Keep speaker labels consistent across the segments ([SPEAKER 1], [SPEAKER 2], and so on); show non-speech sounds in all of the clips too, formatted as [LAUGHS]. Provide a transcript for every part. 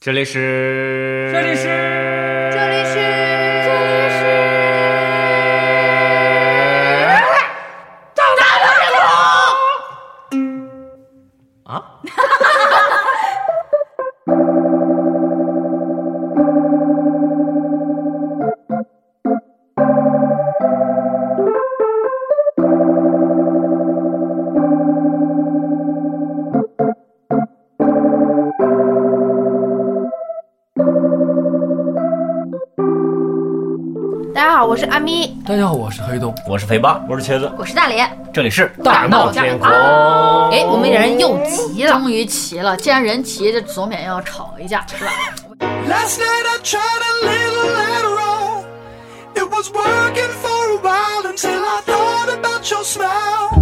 [SPEAKER 1] 这里是，
[SPEAKER 2] 这里是
[SPEAKER 3] 这里是
[SPEAKER 1] 啊，
[SPEAKER 3] 大家好，我是阿咪，
[SPEAKER 2] 大家好，我是黑洞。
[SPEAKER 1] 我是肥八，
[SPEAKER 4] 我是茄子，
[SPEAKER 3] 我是大脸。
[SPEAKER 1] 这里是
[SPEAKER 2] 大闹
[SPEAKER 1] 天空。
[SPEAKER 3] 哎，我们人又齐了，
[SPEAKER 5] 哦终于齐了，既然人齐，这总得要吵一架，是吧？
[SPEAKER 6] Last night I tried a little later on. It was working for a while until I thought about your smile.
[SPEAKER 1] [LAUGHS]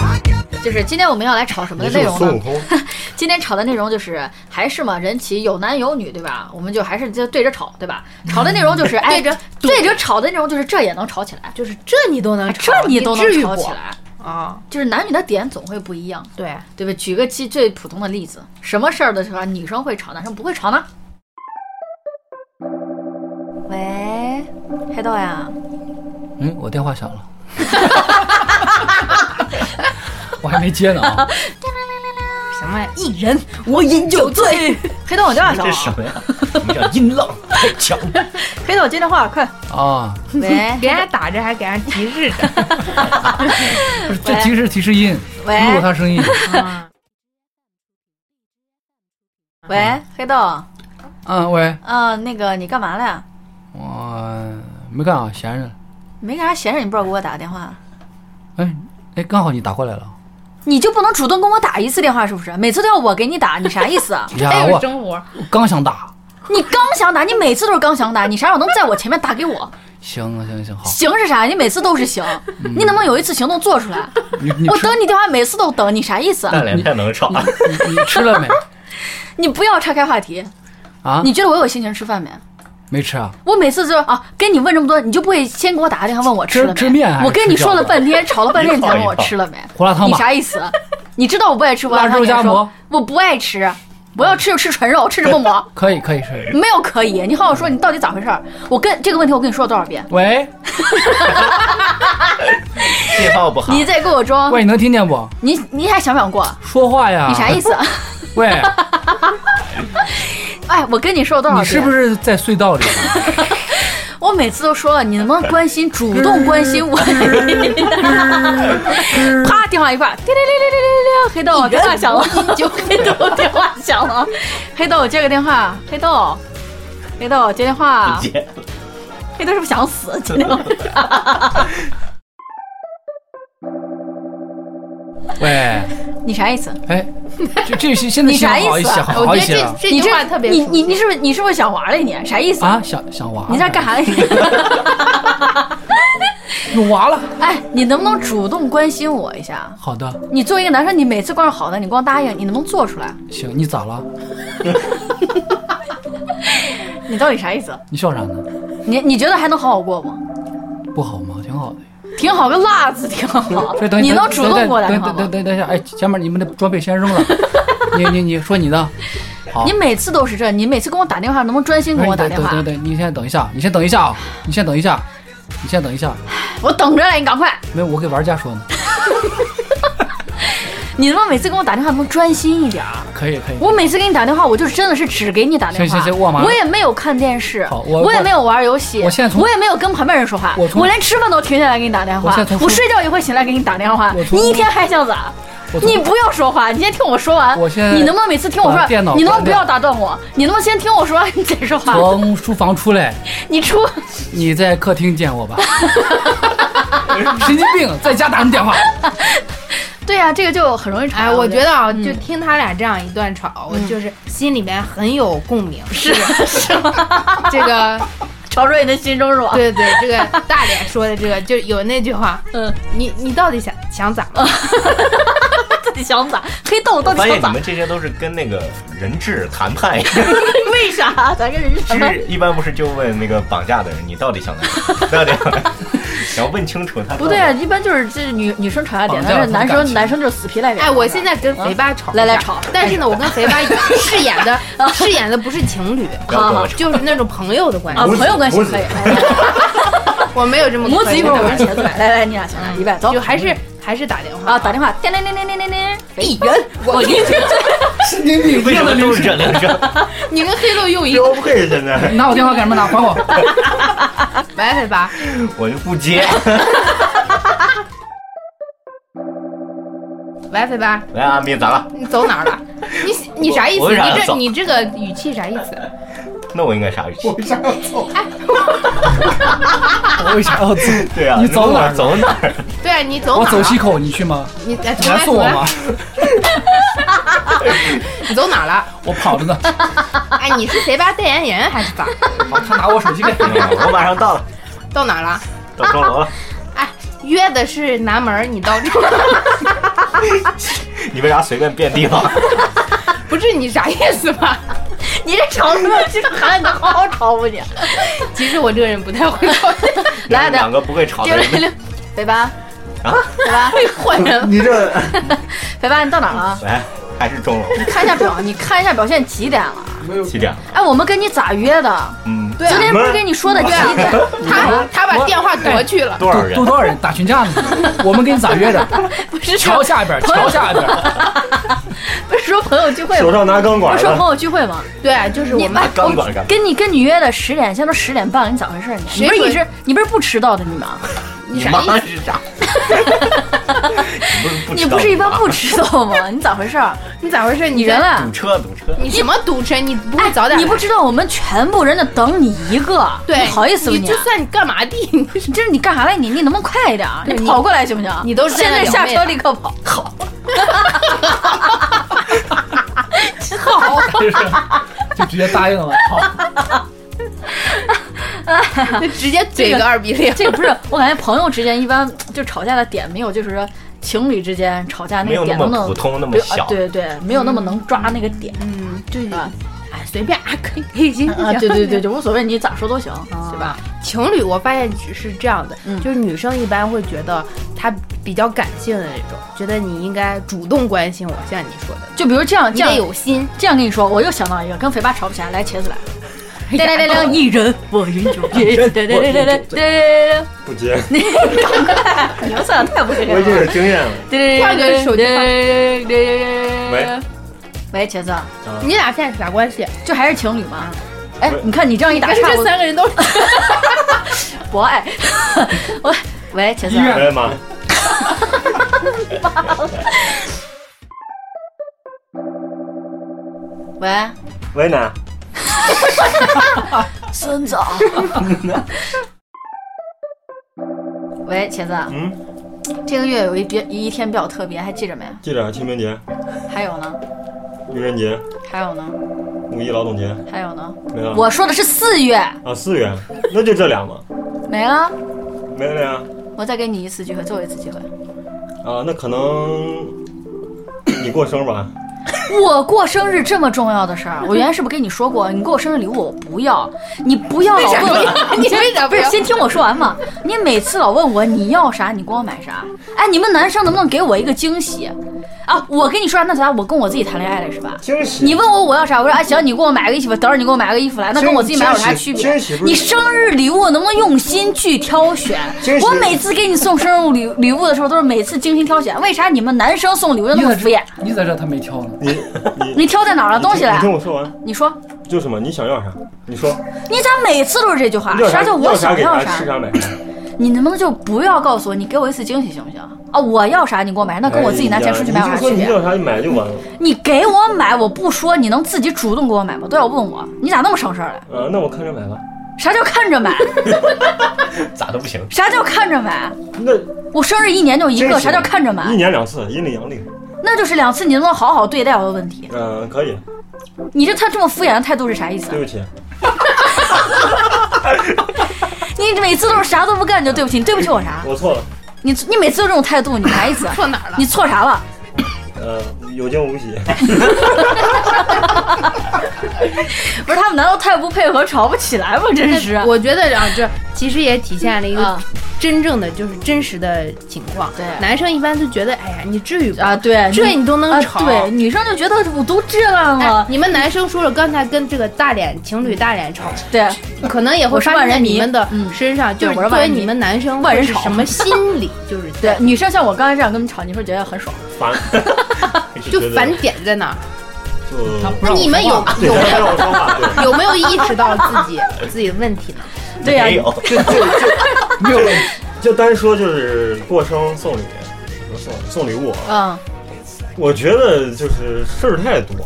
[SPEAKER 6] I got that
[SPEAKER 5] 就是今天我们要来吵什么的内容呢？ [LAUGHS] 今天吵的内容就是还是嘛，人齐有男有女，对吧？我们就还是就对着吵，对吧？吵的内容就是哎，
[SPEAKER 3] 对着
[SPEAKER 5] 对着吵的内容就是这也能吵起来，
[SPEAKER 3] 就是这你都能吵，
[SPEAKER 5] 这你都
[SPEAKER 3] 至
[SPEAKER 5] 能
[SPEAKER 3] 于
[SPEAKER 5] 吵
[SPEAKER 3] 不
[SPEAKER 5] 起来，
[SPEAKER 3] 啊？
[SPEAKER 5] 就是男女的点总会不一样，
[SPEAKER 3] 对，
[SPEAKER 5] 对吧？举个最最普通的例子，什么事儿的时候女生会吵，男生不会吵呢？
[SPEAKER 3] 喂，
[SPEAKER 5] 黑豆呀，
[SPEAKER 2] 嗯，我电话响了， [LAUGHS] 我还没接呢啊。
[SPEAKER 5] 哎
[SPEAKER 3] 什么呀？一人我饮酒醉，
[SPEAKER 5] 黑豆我叫
[SPEAKER 1] 哎这是
[SPEAKER 5] 小
[SPEAKER 1] 什，么呀？什么叫音浪太强？
[SPEAKER 5] 黑豆接电话，快！
[SPEAKER 2] 啊，
[SPEAKER 5] [LAUGHS] 喂
[SPEAKER 3] 给人家打着还给人家提 [LAUGHS] 示着，
[SPEAKER 2] 不是这提示提示音，
[SPEAKER 5] 喂
[SPEAKER 2] 录他声音
[SPEAKER 5] 喂，黑豆，
[SPEAKER 2] 啊。喂，
[SPEAKER 5] 嗯，那个你干嘛了呀？
[SPEAKER 2] 我没干啊，闲着。
[SPEAKER 5] 没干啥闲事，你不知道给我打个电话，
[SPEAKER 2] 哎哎，刚好你打过来了
[SPEAKER 5] 你就不能主动跟我打一次电话是不是？每次都要我给你打，你啥意思 [LAUGHS] 啊？
[SPEAKER 2] 呀！我
[SPEAKER 3] 哎
[SPEAKER 2] 我刚想打，
[SPEAKER 5] 你刚想打，你每次都是刚想打，你啥时候能在我前面打给我？
[SPEAKER 2] 行啊行行好，
[SPEAKER 5] 行是啥？你每次都是行，你能不能有一次行动做出来？
[SPEAKER 2] 你嗯你
[SPEAKER 5] 我
[SPEAKER 2] 吃
[SPEAKER 5] 等你电话，每次都等，你啥意思啊？
[SPEAKER 1] 大
[SPEAKER 4] 哎
[SPEAKER 1] 脸太能 [LAUGHS] 吵了，
[SPEAKER 2] 你你吃了没？
[SPEAKER 5] 你不要岔开话题。
[SPEAKER 2] 啊
[SPEAKER 5] 你觉得我有心情吃饭没？
[SPEAKER 2] 没吃啊？
[SPEAKER 5] 我每次就是啊，跟你问这么多，你就不会先给我打个电话问我吃了
[SPEAKER 2] 吃
[SPEAKER 5] 没？
[SPEAKER 2] 吃面还是
[SPEAKER 5] 我跟你
[SPEAKER 2] 吃饺
[SPEAKER 5] 说了
[SPEAKER 2] 子
[SPEAKER 5] 半
[SPEAKER 2] [LAUGHS]
[SPEAKER 5] 天，吵了半天，你才问
[SPEAKER 1] 一套
[SPEAKER 5] 我
[SPEAKER 1] 一套
[SPEAKER 5] 吃了没？
[SPEAKER 2] 胡辣汤
[SPEAKER 5] 你
[SPEAKER 2] 吧
[SPEAKER 5] 啥意思？你知道我不爱吃胡辣
[SPEAKER 2] [LAUGHS] 辣
[SPEAKER 5] 汤，
[SPEAKER 2] 肉
[SPEAKER 5] 你还
[SPEAKER 2] 夹馍
[SPEAKER 5] 说我不爱吃，我要吃就吃纯肉，吃什么
[SPEAKER 2] [LAUGHS]
[SPEAKER 5] 馍？
[SPEAKER 2] 可以可以是。
[SPEAKER 5] 没有可以，你好好说，你到底咋回事儿？我跟这个问题我跟你说了多少遍？
[SPEAKER 2] 喂
[SPEAKER 1] 信号不好。
[SPEAKER 5] 你再给我装，
[SPEAKER 2] 喂，你能听见不？
[SPEAKER 5] 你你还想不想过？
[SPEAKER 2] 说话呀！
[SPEAKER 5] 你啥意
[SPEAKER 2] 思？
[SPEAKER 5] 思？
[SPEAKER 2] [LAUGHS]
[SPEAKER 5] [LAUGHS]
[SPEAKER 2] 喂，
[SPEAKER 5] 哎，我跟你说了多少
[SPEAKER 2] 你
[SPEAKER 5] 遍？
[SPEAKER 2] 是不是在隧
[SPEAKER 5] [LAUGHS]
[SPEAKER 2] 道里？
[SPEAKER 5] 我每次都说了，你能不能关心，主动关心我？啪，电话一挂，叮铃铃铃铃铃铃，黑豆电话响了，就黑豆电话响了，黑豆接个电话，黑豆，黑豆接电话，
[SPEAKER 1] 姐，
[SPEAKER 5] 黑豆是不是想死？接电话
[SPEAKER 2] 喂，
[SPEAKER 5] 你啥意思？
[SPEAKER 2] 哎，这这是现在
[SPEAKER 5] 你
[SPEAKER 2] 信
[SPEAKER 5] 啥
[SPEAKER 2] 号
[SPEAKER 5] 意
[SPEAKER 2] 好一
[SPEAKER 5] 思
[SPEAKER 2] 些，
[SPEAKER 5] 啊
[SPEAKER 2] 好一些了
[SPEAKER 3] 这
[SPEAKER 5] 你这你
[SPEAKER 3] 熟悉
[SPEAKER 5] 你你是不是你是不是想玩了你？啥意思？
[SPEAKER 2] 啊！想想娃，
[SPEAKER 5] 你在干？啥 [LAUGHS] 呢？
[SPEAKER 2] 有娃了。
[SPEAKER 5] 哎，你能不能主动关心我一下？
[SPEAKER 2] [LAUGHS] 好的，
[SPEAKER 5] 你作为一个男生，你每次光是好的，你光答应，你能不能做出来？
[SPEAKER 2] 行，你咋了？
[SPEAKER 5] 你到底啥意思？
[SPEAKER 2] 你笑啥呢？
[SPEAKER 5] 你你觉得还能好好过吗？
[SPEAKER 2] 不好吗？挺好的呀。
[SPEAKER 5] 挺好，个辣子挺好
[SPEAKER 2] [LAUGHS] 所以。等
[SPEAKER 5] 你
[SPEAKER 2] 等
[SPEAKER 5] 能主动给我打
[SPEAKER 2] 等
[SPEAKER 5] 电
[SPEAKER 2] 等
[SPEAKER 5] 话
[SPEAKER 2] 等
[SPEAKER 5] 吗？
[SPEAKER 2] 等等一下，哎，前面你们的装备先
[SPEAKER 5] [LAUGHS]
[SPEAKER 2] 扔了。你你你说你的，好
[SPEAKER 5] 你。每次都是这，你每次跟我打电话，能不能专心
[SPEAKER 2] 不
[SPEAKER 5] 给 [LAUGHS]
[SPEAKER 2] 是
[SPEAKER 5] 我
[SPEAKER 2] 你
[SPEAKER 5] 打
[SPEAKER 2] 哎等
[SPEAKER 5] 电
[SPEAKER 2] 等
[SPEAKER 5] 话
[SPEAKER 2] 等？等，你先等一下，你先等一下啊，你先等一下，你先等一下。
[SPEAKER 5] 我等着嘞，你赶快！
[SPEAKER 2] 没有，我给玩家说呢。
[SPEAKER 5] 你他妈每次跟我打电话能不能专心一点儿？
[SPEAKER 2] 可以可以。
[SPEAKER 5] 我每次给你打电话，我就真的是只给你打电话。
[SPEAKER 2] 行行行我忙
[SPEAKER 5] 也没有看电视，
[SPEAKER 2] 好我
[SPEAKER 5] 也没有玩游戏，
[SPEAKER 2] 我现在从
[SPEAKER 5] 也没有跟旁边人说话，
[SPEAKER 2] 我从
[SPEAKER 5] 连吃饭都停下来给你打电话，
[SPEAKER 2] 我现在从
[SPEAKER 5] 睡觉也会醒来给你打电话。
[SPEAKER 2] 我从
[SPEAKER 5] 你一天还想咋？
[SPEAKER 2] 我从
[SPEAKER 5] 你不要说话，你先听我说完。
[SPEAKER 2] 我现在
[SPEAKER 5] 你能不能每次听我
[SPEAKER 2] 把电脑
[SPEAKER 5] 说？你能不能
[SPEAKER 2] 关
[SPEAKER 5] 不
[SPEAKER 2] 掉
[SPEAKER 5] 要打断我？你能不能先听我说完，你再说话？
[SPEAKER 2] 从书房出来，
[SPEAKER 5] 你出。
[SPEAKER 2] 你在客厅见
[SPEAKER 5] [LAUGHS]
[SPEAKER 2] 我吧。神经病，在家打什么电话？
[SPEAKER 5] 对呀、这个就很容易吵。
[SPEAKER 3] 哎，我觉得啊，
[SPEAKER 5] 嗯
[SPEAKER 3] 就听他俩这样一段吵，我就是心里面很有共鸣。是
[SPEAKER 5] 是
[SPEAKER 3] [LAUGHS]
[SPEAKER 5] 吗？
[SPEAKER 3] 这个，
[SPEAKER 5] 吵出你的心中是吧？， [LAUGHS]
[SPEAKER 3] 对对，这个大脸说的这个，就有那句话，
[SPEAKER 5] 嗯，
[SPEAKER 3] 你你到底想想咋了？
[SPEAKER 5] 到底想咋？黑豆到
[SPEAKER 1] 我发
[SPEAKER 5] 底想
[SPEAKER 1] 现你
[SPEAKER 5] 咋 [LAUGHS]
[SPEAKER 1] 们？这些都是跟那个人质谈判一样。
[SPEAKER 5] 为啥？咱跟人是什么？
[SPEAKER 1] 是一般不是就问那个绑架的人，你到底想干嘛？到底想干嘛要问清楚他。
[SPEAKER 5] 不对啊，，一般就是这女女生吵架点，
[SPEAKER 1] 哦
[SPEAKER 2] 绑架
[SPEAKER 5] 但是
[SPEAKER 2] 了
[SPEAKER 5] 男
[SPEAKER 2] 他的感
[SPEAKER 5] 生
[SPEAKER 2] 情
[SPEAKER 5] 男生就是死皮赖脸。
[SPEAKER 3] 哎，我
[SPEAKER 1] 啊
[SPEAKER 3] 现在跟肥爸吵，
[SPEAKER 5] 嗯来来吵，嗯
[SPEAKER 3] 但是呢，我跟
[SPEAKER 5] [LAUGHS]
[SPEAKER 3] 肥爸饰演的饰演的不是情侣，
[SPEAKER 1] 不要跟我吵。
[SPEAKER 3] 就是那种朋友的关系
[SPEAKER 5] 啊，
[SPEAKER 1] 母子
[SPEAKER 5] 朋友关系
[SPEAKER 1] 母子
[SPEAKER 5] 可以。哎
[SPEAKER 3] 我没有这
[SPEAKER 5] [LAUGHS]
[SPEAKER 3] 么
[SPEAKER 5] 母子一会儿我们
[SPEAKER 3] 关系
[SPEAKER 5] 起来坐，
[SPEAKER 1] [LAUGHS]
[SPEAKER 5] 来来，你俩先来一拜，走
[SPEAKER 3] 就还是还是打电话哎
[SPEAKER 5] 啊，打电话，叮铃铃铃铃铃铃，一元，我给你，
[SPEAKER 2] 神经病
[SPEAKER 1] 为
[SPEAKER 2] 一
[SPEAKER 1] 什
[SPEAKER 2] 样
[SPEAKER 1] 么
[SPEAKER 2] 的
[SPEAKER 1] 都
[SPEAKER 2] 铃
[SPEAKER 1] 是这
[SPEAKER 2] 声。
[SPEAKER 1] 铃声？
[SPEAKER 3] 你跟黑豆又一
[SPEAKER 1] 标配在那儿，
[SPEAKER 2] 拿我电话干什么？拿还我！
[SPEAKER 3] 白肥爸，
[SPEAKER 1] 我就不接。
[SPEAKER 3] 白肥爸，
[SPEAKER 1] 来，阿斌咋了？
[SPEAKER 3] 你走哪儿了？
[SPEAKER 2] [LAUGHS]
[SPEAKER 3] 你你啥意
[SPEAKER 1] 我
[SPEAKER 3] 思？
[SPEAKER 1] 为啥
[SPEAKER 3] 你
[SPEAKER 1] 要走
[SPEAKER 3] 这你这个语气啥意思？
[SPEAKER 1] 那我应该啥语气？
[SPEAKER 2] 为啥要走？我为啥要走？
[SPEAKER 1] 对啊，
[SPEAKER 2] 你走哪
[SPEAKER 1] 哪
[SPEAKER 2] 儿了
[SPEAKER 1] 走哪儿？
[SPEAKER 3] 对啊，你走
[SPEAKER 2] 我
[SPEAKER 3] 哪儿
[SPEAKER 2] 走
[SPEAKER 3] 了？
[SPEAKER 2] 西口，你去吗？
[SPEAKER 3] 你哎，
[SPEAKER 2] 你
[SPEAKER 3] 重
[SPEAKER 2] 来
[SPEAKER 3] 来
[SPEAKER 2] 送我
[SPEAKER 3] 重来
[SPEAKER 2] 吗？
[SPEAKER 3] 你走哪儿了？
[SPEAKER 2] 我跑着呢。
[SPEAKER 3] 哎，你是谁吧代言人还是咋？
[SPEAKER 2] 好他拿我手机呗。
[SPEAKER 4] [LAUGHS]
[SPEAKER 1] 嗯我马上到了，
[SPEAKER 3] 到哪儿了？
[SPEAKER 1] 到钟 [LAUGHS] 楼了。
[SPEAKER 3] 哎，约的是南门儿，你到这儿了，
[SPEAKER 1] 你为啥随便变地方？
[SPEAKER 3] [LAUGHS] 不是你啥意思吧？
[SPEAKER 5] [LAUGHS] 你这吵什么？这个孩子，好好吵吧你。
[SPEAKER 3] 其实我这个人不太会说，
[SPEAKER 5] [LAUGHS] 来
[SPEAKER 1] 两
[SPEAKER 5] 来，
[SPEAKER 1] 个不会吵
[SPEAKER 5] 叮
[SPEAKER 1] 的
[SPEAKER 5] 铃
[SPEAKER 1] 人
[SPEAKER 5] 铃，北 [LAUGHS] 巴，
[SPEAKER 1] 啊！
[SPEAKER 5] 北巴，哎换人。[LAUGHS]
[SPEAKER 1] 你这
[SPEAKER 5] 北巴，你到哪儿了？
[SPEAKER 1] 来还是钟楼
[SPEAKER 5] 你看一下表，你看一下表现几点了？
[SPEAKER 1] 七点了？
[SPEAKER 5] 哎，我们跟你咋约的？
[SPEAKER 1] 嗯，
[SPEAKER 3] 对啊
[SPEAKER 5] 昨天不是跟你说的几点？
[SPEAKER 3] 他他把电
[SPEAKER 2] 哎
[SPEAKER 3] 话夺去了。
[SPEAKER 1] 多少人
[SPEAKER 2] 多？多少人打群架呢？我们跟你咋约的？
[SPEAKER 5] 不是
[SPEAKER 2] 桥
[SPEAKER 5] 说
[SPEAKER 2] 下边，桥下边。
[SPEAKER 5] 不是说朋友聚会吗？
[SPEAKER 1] 上拿钢
[SPEAKER 5] 不是说哦朋友聚会吗？
[SPEAKER 3] 对，啊就是我
[SPEAKER 5] 你
[SPEAKER 3] 们
[SPEAKER 5] 把
[SPEAKER 1] 钢管干嘛？
[SPEAKER 5] 跟你跟你约的十点，现在都十点半了，你咋回事？你你
[SPEAKER 3] 谁
[SPEAKER 5] 不是你
[SPEAKER 3] 说
[SPEAKER 5] 是你不是不迟到的你吗？
[SPEAKER 1] 你
[SPEAKER 3] 啥
[SPEAKER 1] 妈
[SPEAKER 3] 意
[SPEAKER 1] 是
[SPEAKER 5] [LAUGHS]
[SPEAKER 1] 啥？你不是不
[SPEAKER 5] 你
[SPEAKER 1] 知道
[SPEAKER 5] 不是一般
[SPEAKER 1] 吗
[SPEAKER 5] 不迟到
[SPEAKER 3] [LAUGHS]
[SPEAKER 5] 吗？你咋回事？
[SPEAKER 3] 你咋回事？
[SPEAKER 5] 你
[SPEAKER 3] 你
[SPEAKER 5] 人
[SPEAKER 3] 人
[SPEAKER 5] 嘞
[SPEAKER 1] 堵？车堵车，
[SPEAKER 3] 你什么堵车？你不会早点
[SPEAKER 5] 哎
[SPEAKER 3] 来？
[SPEAKER 5] 你不知道我们全部人在等你一个，
[SPEAKER 3] 对，
[SPEAKER 5] 你啊好意思不
[SPEAKER 3] 你就算你干嘛地，你不是
[SPEAKER 5] 这是你干啥来你？你能不能快一点？
[SPEAKER 3] 对
[SPEAKER 5] 你
[SPEAKER 3] 你
[SPEAKER 5] 跑过来行不行？
[SPEAKER 3] 你都是
[SPEAKER 5] 现
[SPEAKER 3] 在那
[SPEAKER 5] 在下
[SPEAKER 3] 两位
[SPEAKER 5] 车
[SPEAKER 3] 了
[SPEAKER 5] 立刻跑。好，
[SPEAKER 2] 就直接答应了。好，
[SPEAKER 3] 直接怼个二逼脸。
[SPEAKER 5] 啊这个不是我感觉朋友之间一般就吵架的点没有，就是说情侣之间吵架
[SPEAKER 1] 没
[SPEAKER 5] 那
[SPEAKER 1] 有
[SPEAKER 5] 个
[SPEAKER 1] 那
[SPEAKER 5] 点能不
[SPEAKER 1] 么
[SPEAKER 5] 能
[SPEAKER 1] 普通那么
[SPEAKER 5] 对啊
[SPEAKER 1] 小，
[SPEAKER 5] 对对，没有那么能抓那个点。
[SPEAKER 3] 嗯，对
[SPEAKER 5] 啊
[SPEAKER 3] 哎，随便啊，可以可以行
[SPEAKER 5] 啊，对对对，就无所谓，你咋说都行，对吧？
[SPEAKER 3] 情侣，我发现只是这样的，
[SPEAKER 5] 嗯
[SPEAKER 3] 就是女生一般会觉得她比较感性的那种，觉得你应该主动关心我，像你说的，
[SPEAKER 5] 就比如这样，
[SPEAKER 3] 你
[SPEAKER 5] 这样
[SPEAKER 3] 得有心。
[SPEAKER 5] 这样跟你说，我又想到一个，跟肥爸吵不起来，来茄子来。噔噔噔噔，一人我饮酒，一人噔噔噔噔噔噔噔，
[SPEAKER 1] 不接，
[SPEAKER 5] 你们算太不是人
[SPEAKER 1] 我已经
[SPEAKER 5] 了。
[SPEAKER 1] 有经验了。
[SPEAKER 5] 对
[SPEAKER 3] 换个手机换
[SPEAKER 5] 对对喂，茄子，
[SPEAKER 3] 你俩现在是啥关系？
[SPEAKER 5] 就还是情侣吗？哎
[SPEAKER 1] 喂，
[SPEAKER 5] 你看你这样一打
[SPEAKER 3] 但是
[SPEAKER 5] 岔，
[SPEAKER 3] 这
[SPEAKER 5] 我
[SPEAKER 3] 三个人都是
[SPEAKER 5] 博爱。我喂，茄子
[SPEAKER 2] 医，院
[SPEAKER 1] 对吗？
[SPEAKER 5] [LAUGHS] 喂，
[SPEAKER 1] 喂呢？
[SPEAKER 5] 孙总。喂，哎茄子，啊
[SPEAKER 1] 嗯，
[SPEAKER 5] 这个月有一别一天比较特别，还记着没？
[SPEAKER 1] 记着清明节、
[SPEAKER 5] 还有呢，
[SPEAKER 1] 愚人节、
[SPEAKER 5] 还有呢，
[SPEAKER 1] 五一劳动节
[SPEAKER 5] 还有呢。
[SPEAKER 1] 没了
[SPEAKER 5] 我说的是四月，
[SPEAKER 1] 啊，四月，那就这俩嘛，
[SPEAKER 5] 没了。
[SPEAKER 1] 没了呀。
[SPEAKER 5] 我再给你一次机会，最后一次机会。
[SPEAKER 1] 啊，那可能 [COUGHS] 你过生日吧？
[SPEAKER 5] 我过生日这么重要的事 [LAUGHS] 儿，啊我原来是不是跟你说过？你给我生日礼物我不要，你不要老问我， [LAUGHS] 你为啥不是先听我说完嘛？你每次老问我你要啥，你给我买啥？哎，你们男生能不能给我一个惊喜？啊，我跟你说，那啥，我跟我自己谈恋爱了是吧？
[SPEAKER 1] 惊喜
[SPEAKER 5] 你问我我要啥，我说哎行，你给我买个衣服，等会儿你给我买个衣服来，那跟我自己买有啥区别
[SPEAKER 1] 惊喜？不是
[SPEAKER 5] 你生日礼物能不能用心去挑选
[SPEAKER 1] 惊？喜
[SPEAKER 5] 我每次给你送生日礼礼物的时候，都是每次精心挑选，为啥你们男生送礼物那
[SPEAKER 2] 你
[SPEAKER 5] 么
[SPEAKER 2] 在
[SPEAKER 5] 敷衍
[SPEAKER 2] 这？，你在这他没挑呢。
[SPEAKER 1] 你你
[SPEAKER 5] 你挑在哪儿了？东西
[SPEAKER 1] 你
[SPEAKER 5] 来
[SPEAKER 1] 听，我说完，
[SPEAKER 5] 你说，
[SPEAKER 1] 就是嘛，你想要啥？你说
[SPEAKER 5] 你咋每次都是这句话
[SPEAKER 1] 要？啥
[SPEAKER 5] 啥啊叫我想
[SPEAKER 1] 给
[SPEAKER 5] 要
[SPEAKER 1] 啥
[SPEAKER 5] 啥
[SPEAKER 1] 吃？啥买啥，
[SPEAKER 5] 你能不能就不要告诉我，你给我一次惊喜行不行？啊，我要啥你给我买，那跟我自己拿钱出去买有啥
[SPEAKER 1] 哎你就说
[SPEAKER 5] 区
[SPEAKER 1] 你
[SPEAKER 5] 别？
[SPEAKER 1] 要啥就买就完了。
[SPEAKER 5] 你给我买，我不说，你能自己主动给我买吗？都要问我，你咋那么省事儿嘞？
[SPEAKER 1] 啊，那我看着买吧。
[SPEAKER 5] 啥叫看着买？
[SPEAKER 1] 咋都不行？
[SPEAKER 5] 啥叫看着买？
[SPEAKER 1] 那
[SPEAKER 5] 我生日一年就一
[SPEAKER 1] 真
[SPEAKER 5] 个，
[SPEAKER 1] 是
[SPEAKER 5] 啥叫看着
[SPEAKER 1] 一
[SPEAKER 5] 买？
[SPEAKER 1] 年两次，阴历阳历。
[SPEAKER 5] 那就是两次，你能不能好好对待我的问题？
[SPEAKER 1] 嗯，可以，
[SPEAKER 5] 你这他这么敷衍的态度是啥意思啊
[SPEAKER 1] 对？不起，
[SPEAKER 5] 你每次都是啥都不干你就对不起，你对不起我啥？
[SPEAKER 1] 我错了。
[SPEAKER 5] 你你每次都这种态度，你啥意思啊？
[SPEAKER 3] 错哪儿
[SPEAKER 5] [LAUGHS]
[SPEAKER 3] 了？
[SPEAKER 5] 你错啥了？
[SPEAKER 1] 呃，有惊无喜。
[SPEAKER 5] 不是他
[SPEAKER 3] 哎
[SPEAKER 5] 们难道太不配合，吵不起来吗？真是，
[SPEAKER 3] 我觉得啊，这其实也体现了一
[SPEAKER 5] 啊
[SPEAKER 3] 个真正的就是真实的情况。
[SPEAKER 5] 对
[SPEAKER 3] 男生一般就觉得，哎呀，你至于吗？
[SPEAKER 5] 啊，对，
[SPEAKER 3] 这你都能
[SPEAKER 5] 啊，
[SPEAKER 3] 吵？
[SPEAKER 5] 对，啊女生就觉得我都这样
[SPEAKER 3] 哎
[SPEAKER 5] 了，，
[SPEAKER 3] 你们男生说了，刚才跟这个大脸情侣大脸吵，
[SPEAKER 5] 对，
[SPEAKER 3] [LAUGHS] 可能也会
[SPEAKER 5] 我是
[SPEAKER 3] 发
[SPEAKER 5] 万
[SPEAKER 3] 生在
[SPEAKER 5] 人迷
[SPEAKER 3] 你们的
[SPEAKER 5] 嗯
[SPEAKER 3] 身上，就
[SPEAKER 5] 对
[SPEAKER 3] 是
[SPEAKER 5] 我是万
[SPEAKER 3] 作为
[SPEAKER 5] 人迷
[SPEAKER 3] 你们男生
[SPEAKER 5] 万人
[SPEAKER 3] 会是
[SPEAKER 5] 吵
[SPEAKER 3] 什么心理， [LAUGHS] 就是
[SPEAKER 5] 对，女生像我刚才这样跟你吵，你是不是觉得很爽？ [LAUGHS]
[SPEAKER 1] 烦，
[SPEAKER 3] 就
[SPEAKER 1] 觉得
[SPEAKER 3] 烦点在哪儿？
[SPEAKER 1] 就
[SPEAKER 2] 他不
[SPEAKER 3] 那
[SPEAKER 2] 让我
[SPEAKER 3] 你们 [LAUGHS]
[SPEAKER 2] 说
[SPEAKER 3] 有
[SPEAKER 2] 话
[SPEAKER 1] 对，他让我说话，对，
[SPEAKER 3] 有 [LAUGHS] 没有意识到自己自己的问题呢？ [LAUGHS]
[SPEAKER 5] 对呀
[SPEAKER 1] 没有，就就就没有，就单说就是过生送礼，不是送送礼物啊，
[SPEAKER 5] 嗯，
[SPEAKER 1] 我觉得就是事儿太多，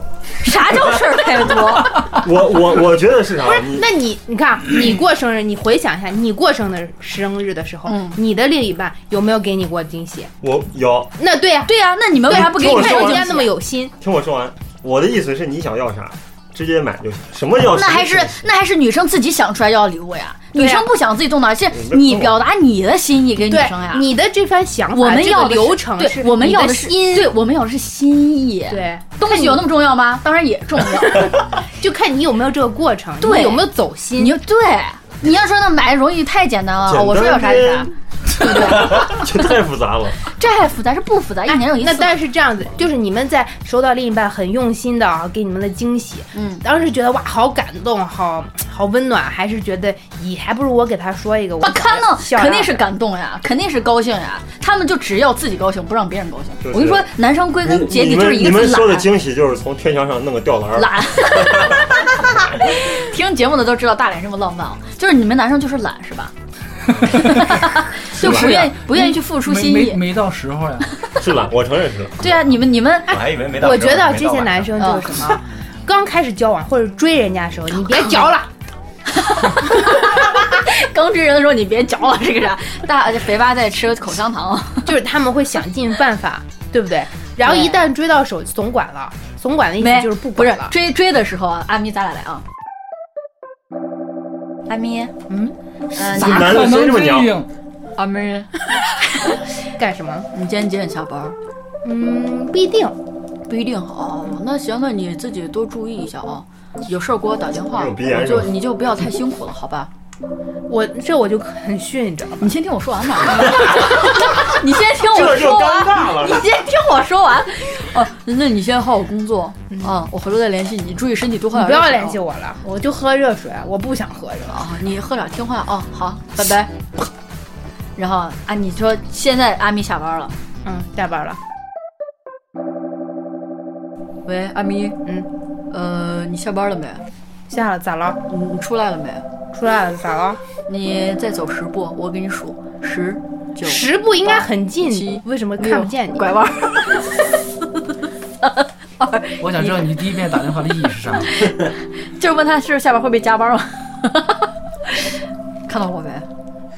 [SPEAKER 5] 啥叫事儿太多？
[SPEAKER 1] 我我我觉得是啥？啊你
[SPEAKER 3] 那你你看啊，你过生日，你回想一下，你过生日生日的时候
[SPEAKER 5] 嗯，
[SPEAKER 3] 你的另一半有没有给你过惊喜？
[SPEAKER 1] 我有，
[SPEAKER 3] 那对呀，
[SPEAKER 5] [LAUGHS] 对呀、啊那你们为啥不给
[SPEAKER 1] 听
[SPEAKER 5] 你
[SPEAKER 1] 我
[SPEAKER 3] 看
[SPEAKER 1] 说
[SPEAKER 5] 看
[SPEAKER 1] 完
[SPEAKER 3] 人
[SPEAKER 5] 人家
[SPEAKER 3] 家那么有心，
[SPEAKER 1] 听我说完，我的意思是你想要啥，直接买就行，什么要
[SPEAKER 5] 那还是那还是女生自己想出来要礼物呀，
[SPEAKER 3] 对呀
[SPEAKER 5] 女生不想自己动脑，是
[SPEAKER 1] 没
[SPEAKER 5] 你表达你的心意给女
[SPEAKER 3] 对
[SPEAKER 5] 生呀。
[SPEAKER 3] 你的这番想法，
[SPEAKER 5] 我们要的
[SPEAKER 3] 这个流
[SPEAKER 5] 是
[SPEAKER 3] 程
[SPEAKER 5] 对
[SPEAKER 3] 是，
[SPEAKER 5] 我们
[SPEAKER 3] 你
[SPEAKER 5] 要
[SPEAKER 3] 的
[SPEAKER 5] 的是心，对，我们要的是心意。，
[SPEAKER 3] 对，
[SPEAKER 5] 东西有那么重要吗？当然也重要。
[SPEAKER 3] 就看你有没有这个过程，你
[SPEAKER 5] 对
[SPEAKER 3] 有没有走心。
[SPEAKER 5] 你就对，你要说那买容易太简单了，
[SPEAKER 1] 简单
[SPEAKER 5] 啊我说要啥有啥，对不对？
[SPEAKER 1] [LAUGHS] 这太复杂了，
[SPEAKER 5] 这还复杂是不复杂？一年有一
[SPEAKER 3] 哎那
[SPEAKER 5] 次。
[SPEAKER 3] 但是这样子，就是你们在收到另一半很用心的啊，给你们的惊喜，
[SPEAKER 5] 嗯，
[SPEAKER 3] 当时觉得哇，好感动，好好温暖，还是觉得咦，还不如我给他说一个，我
[SPEAKER 5] 不可能，
[SPEAKER 3] 想
[SPEAKER 5] 肯定是感动呀，肯定是高兴呀。他们就只要自己高兴，不让别人高兴。
[SPEAKER 1] 就是
[SPEAKER 5] 我跟你说，男生归根
[SPEAKER 1] 你
[SPEAKER 5] 结
[SPEAKER 1] 你
[SPEAKER 5] 底就
[SPEAKER 1] 们
[SPEAKER 5] 是一
[SPEAKER 1] 你
[SPEAKER 5] 个
[SPEAKER 1] 们
[SPEAKER 5] 字
[SPEAKER 1] 说的
[SPEAKER 5] 懒，啊
[SPEAKER 1] 惊喜就是从天桥上弄个吊篮儿，
[SPEAKER 5] 懒。 [LAUGHS] 听节目的都知道大脸这么浪漫啊，就是你们男生就是懒是
[SPEAKER 3] [LAUGHS]
[SPEAKER 5] 吧？就
[SPEAKER 3] 啊
[SPEAKER 5] 不愿意不愿意去付出心
[SPEAKER 2] 没没
[SPEAKER 5] 意。
[SPEAKER 2] 没到时候呀。
[SPEAKER 1] 是懒，我承认是懒。
[SPEAKER 5] 对 [LAUGHS] 啊，你们你们
[SPEAKER 4] 我还以为没到时候。
[SPEAKER 3] 我觉
[SPEAKER 5] 啊
[SPEAKER 3] 得
[SPEAKER 4] 没
[SPEAKER 3] 这
[SPEAKER 4] 到
[SPEAKER 3] 些
[SPEAKER 4] 晚
[SPEAKER 3] 男
[SPEAKER 4] 上
[SPEAKER 3] 生就是什么，刚开始交往或者追人家的时候，你别嚼了，
[SPEAKER 5] 刚追人的时候你别嚼了，这个啥大肥八在吃口香糖啊。
[SPEAKER 3] 就是他们会想尽办法，对不对？然后
[SPEAKER 5] 对
[SPEAKER 3] 一旦追到手，怂管了，怂管的意
[SPEAKER 5] 没，
[SPEAKER 3] 思就是不
[SPEAKER 5] 不
[SPEAKER 3] 管
[SPEAKER 5] 是
[SPEAKER 3] 了。
[SPEAKER 5] 追追的时候啊，阿咪咱俩来啊。阿咪，
[SPEAKER 3] 嗯
[SPEAKER 5] 呃，
[SPEAKER 1] 咋
[SPEAKER 5] 你
[SPEAKER 1] 男的
[SPEAKER 2] 可
[SPEAKER 1] 谁
[SPEAKER 2] 能
[SPEAKER 1] 这么娘
[SPEAKER 2] 真硬？
[SPEAKER 5] 阿咪，
[SPEAKER 3] 干什么？
[SPEAKER 5] 你今天几点下班？
[SPEAKER 3] 嗯，不一定。
[SPEAKER 5] 不一定哦。那行，那你自己多注意一下啊。有事儿给我打电话，
[SPEAKER 1] 有鼻炎
[SPEAKER 5] 我
[SPEAKER 1] 是吧
[SPEAKER 5] 就你就不要太辛苦了，好吧？
[SPEAKER 3] 我这我就很逊，你知道吗？
[SPEAKER 5] 你先听我说完嘛。 [LAUGHS] 你先听我
[SPEAKER 1] 这就
[SPEAKER 5] 说
[SPEAKER 1] 尴
[SPEAKER 5] 完。
[SPEAKER 1] 尬
[SPEAKER 5] 你
[SPEAKER 1] 了。
[SPEAKER 5] 先听我说完，哦，那你先好好工作啊，我回头再联系你，你注意身体，多喝
[SPEAKER 3] 你
[SPEAKER 5] 点。
[SPEAKER 3] 不要联系我了，我就喝热水，我不想喝热水。
[SPEAKER 5] 啊，你喝点听话啊，好，拜拜。然后啊，你说现在阿咪下班了，
[SPEAKER 3] 嗯，下班了，
[SPEAKER 5] 喂，阿咪，
[SPEAKER 3] 嗯，
[SPEAKER 5] 呃，你下班了没？
[SPEAKER 3] 下了咋了？
[SPEAKER 5] 你你出来了没？
[SPEAKER 3] 出来了咋了？
[SPEAKER 5] 你再走十步，我给你数十九
[SPEAKER 3] 十步应该很
[SPEAKER 5] 七
[SPEAKER 3] 近，为什么看不见你？
[SPEAKER 5] 拐弯儿。
[SPEAKER 2] 我想知道你第一遍打电话的意义是啥？
[SPEAKER 5] 就是问他是下班会不会加班吗？ [LAUGHS] 看到我没？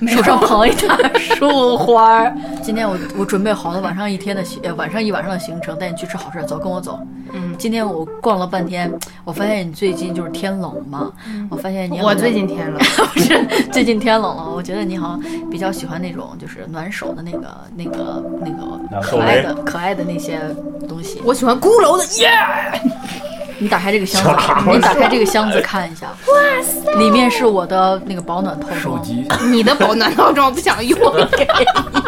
[SPEAKER 5] 手上捧一大束花 [LAUGHS] 儿。今天我我准备好了晚上一天的行，呃晚上一晚上的行程，带你去吃好吃的，走，跟我走。
[SPEAKER 3] 嗯
[SPEAKER 5] 今天我逛了半天，我发现你最近就是天冷嘛，嗯我发现你好
[SPEAKER 3] 我
[SPEAKER 5] 像
[SPEAKER 3] 最近天冷，
[SPEAKER 5] [LAUGHS] 不是最近天冷了，我觉得你好像比较喜欢那种就是暖手的那个那个那个可爱的可爱的那些东西。
[SPEAKER 3] 我喜欢鼓楼的耶。
[SPEAKER 5] 你打开这个箱子，你打开这个箱子看一下，哇塞，里面是我的那个保暖套
[SPEAKER 2] 手
[SPEAKER 5] [LAUGHS] 装，
[SPEAKER 2] 机
[SPEAKER 3] 你的保暖套装我不想用，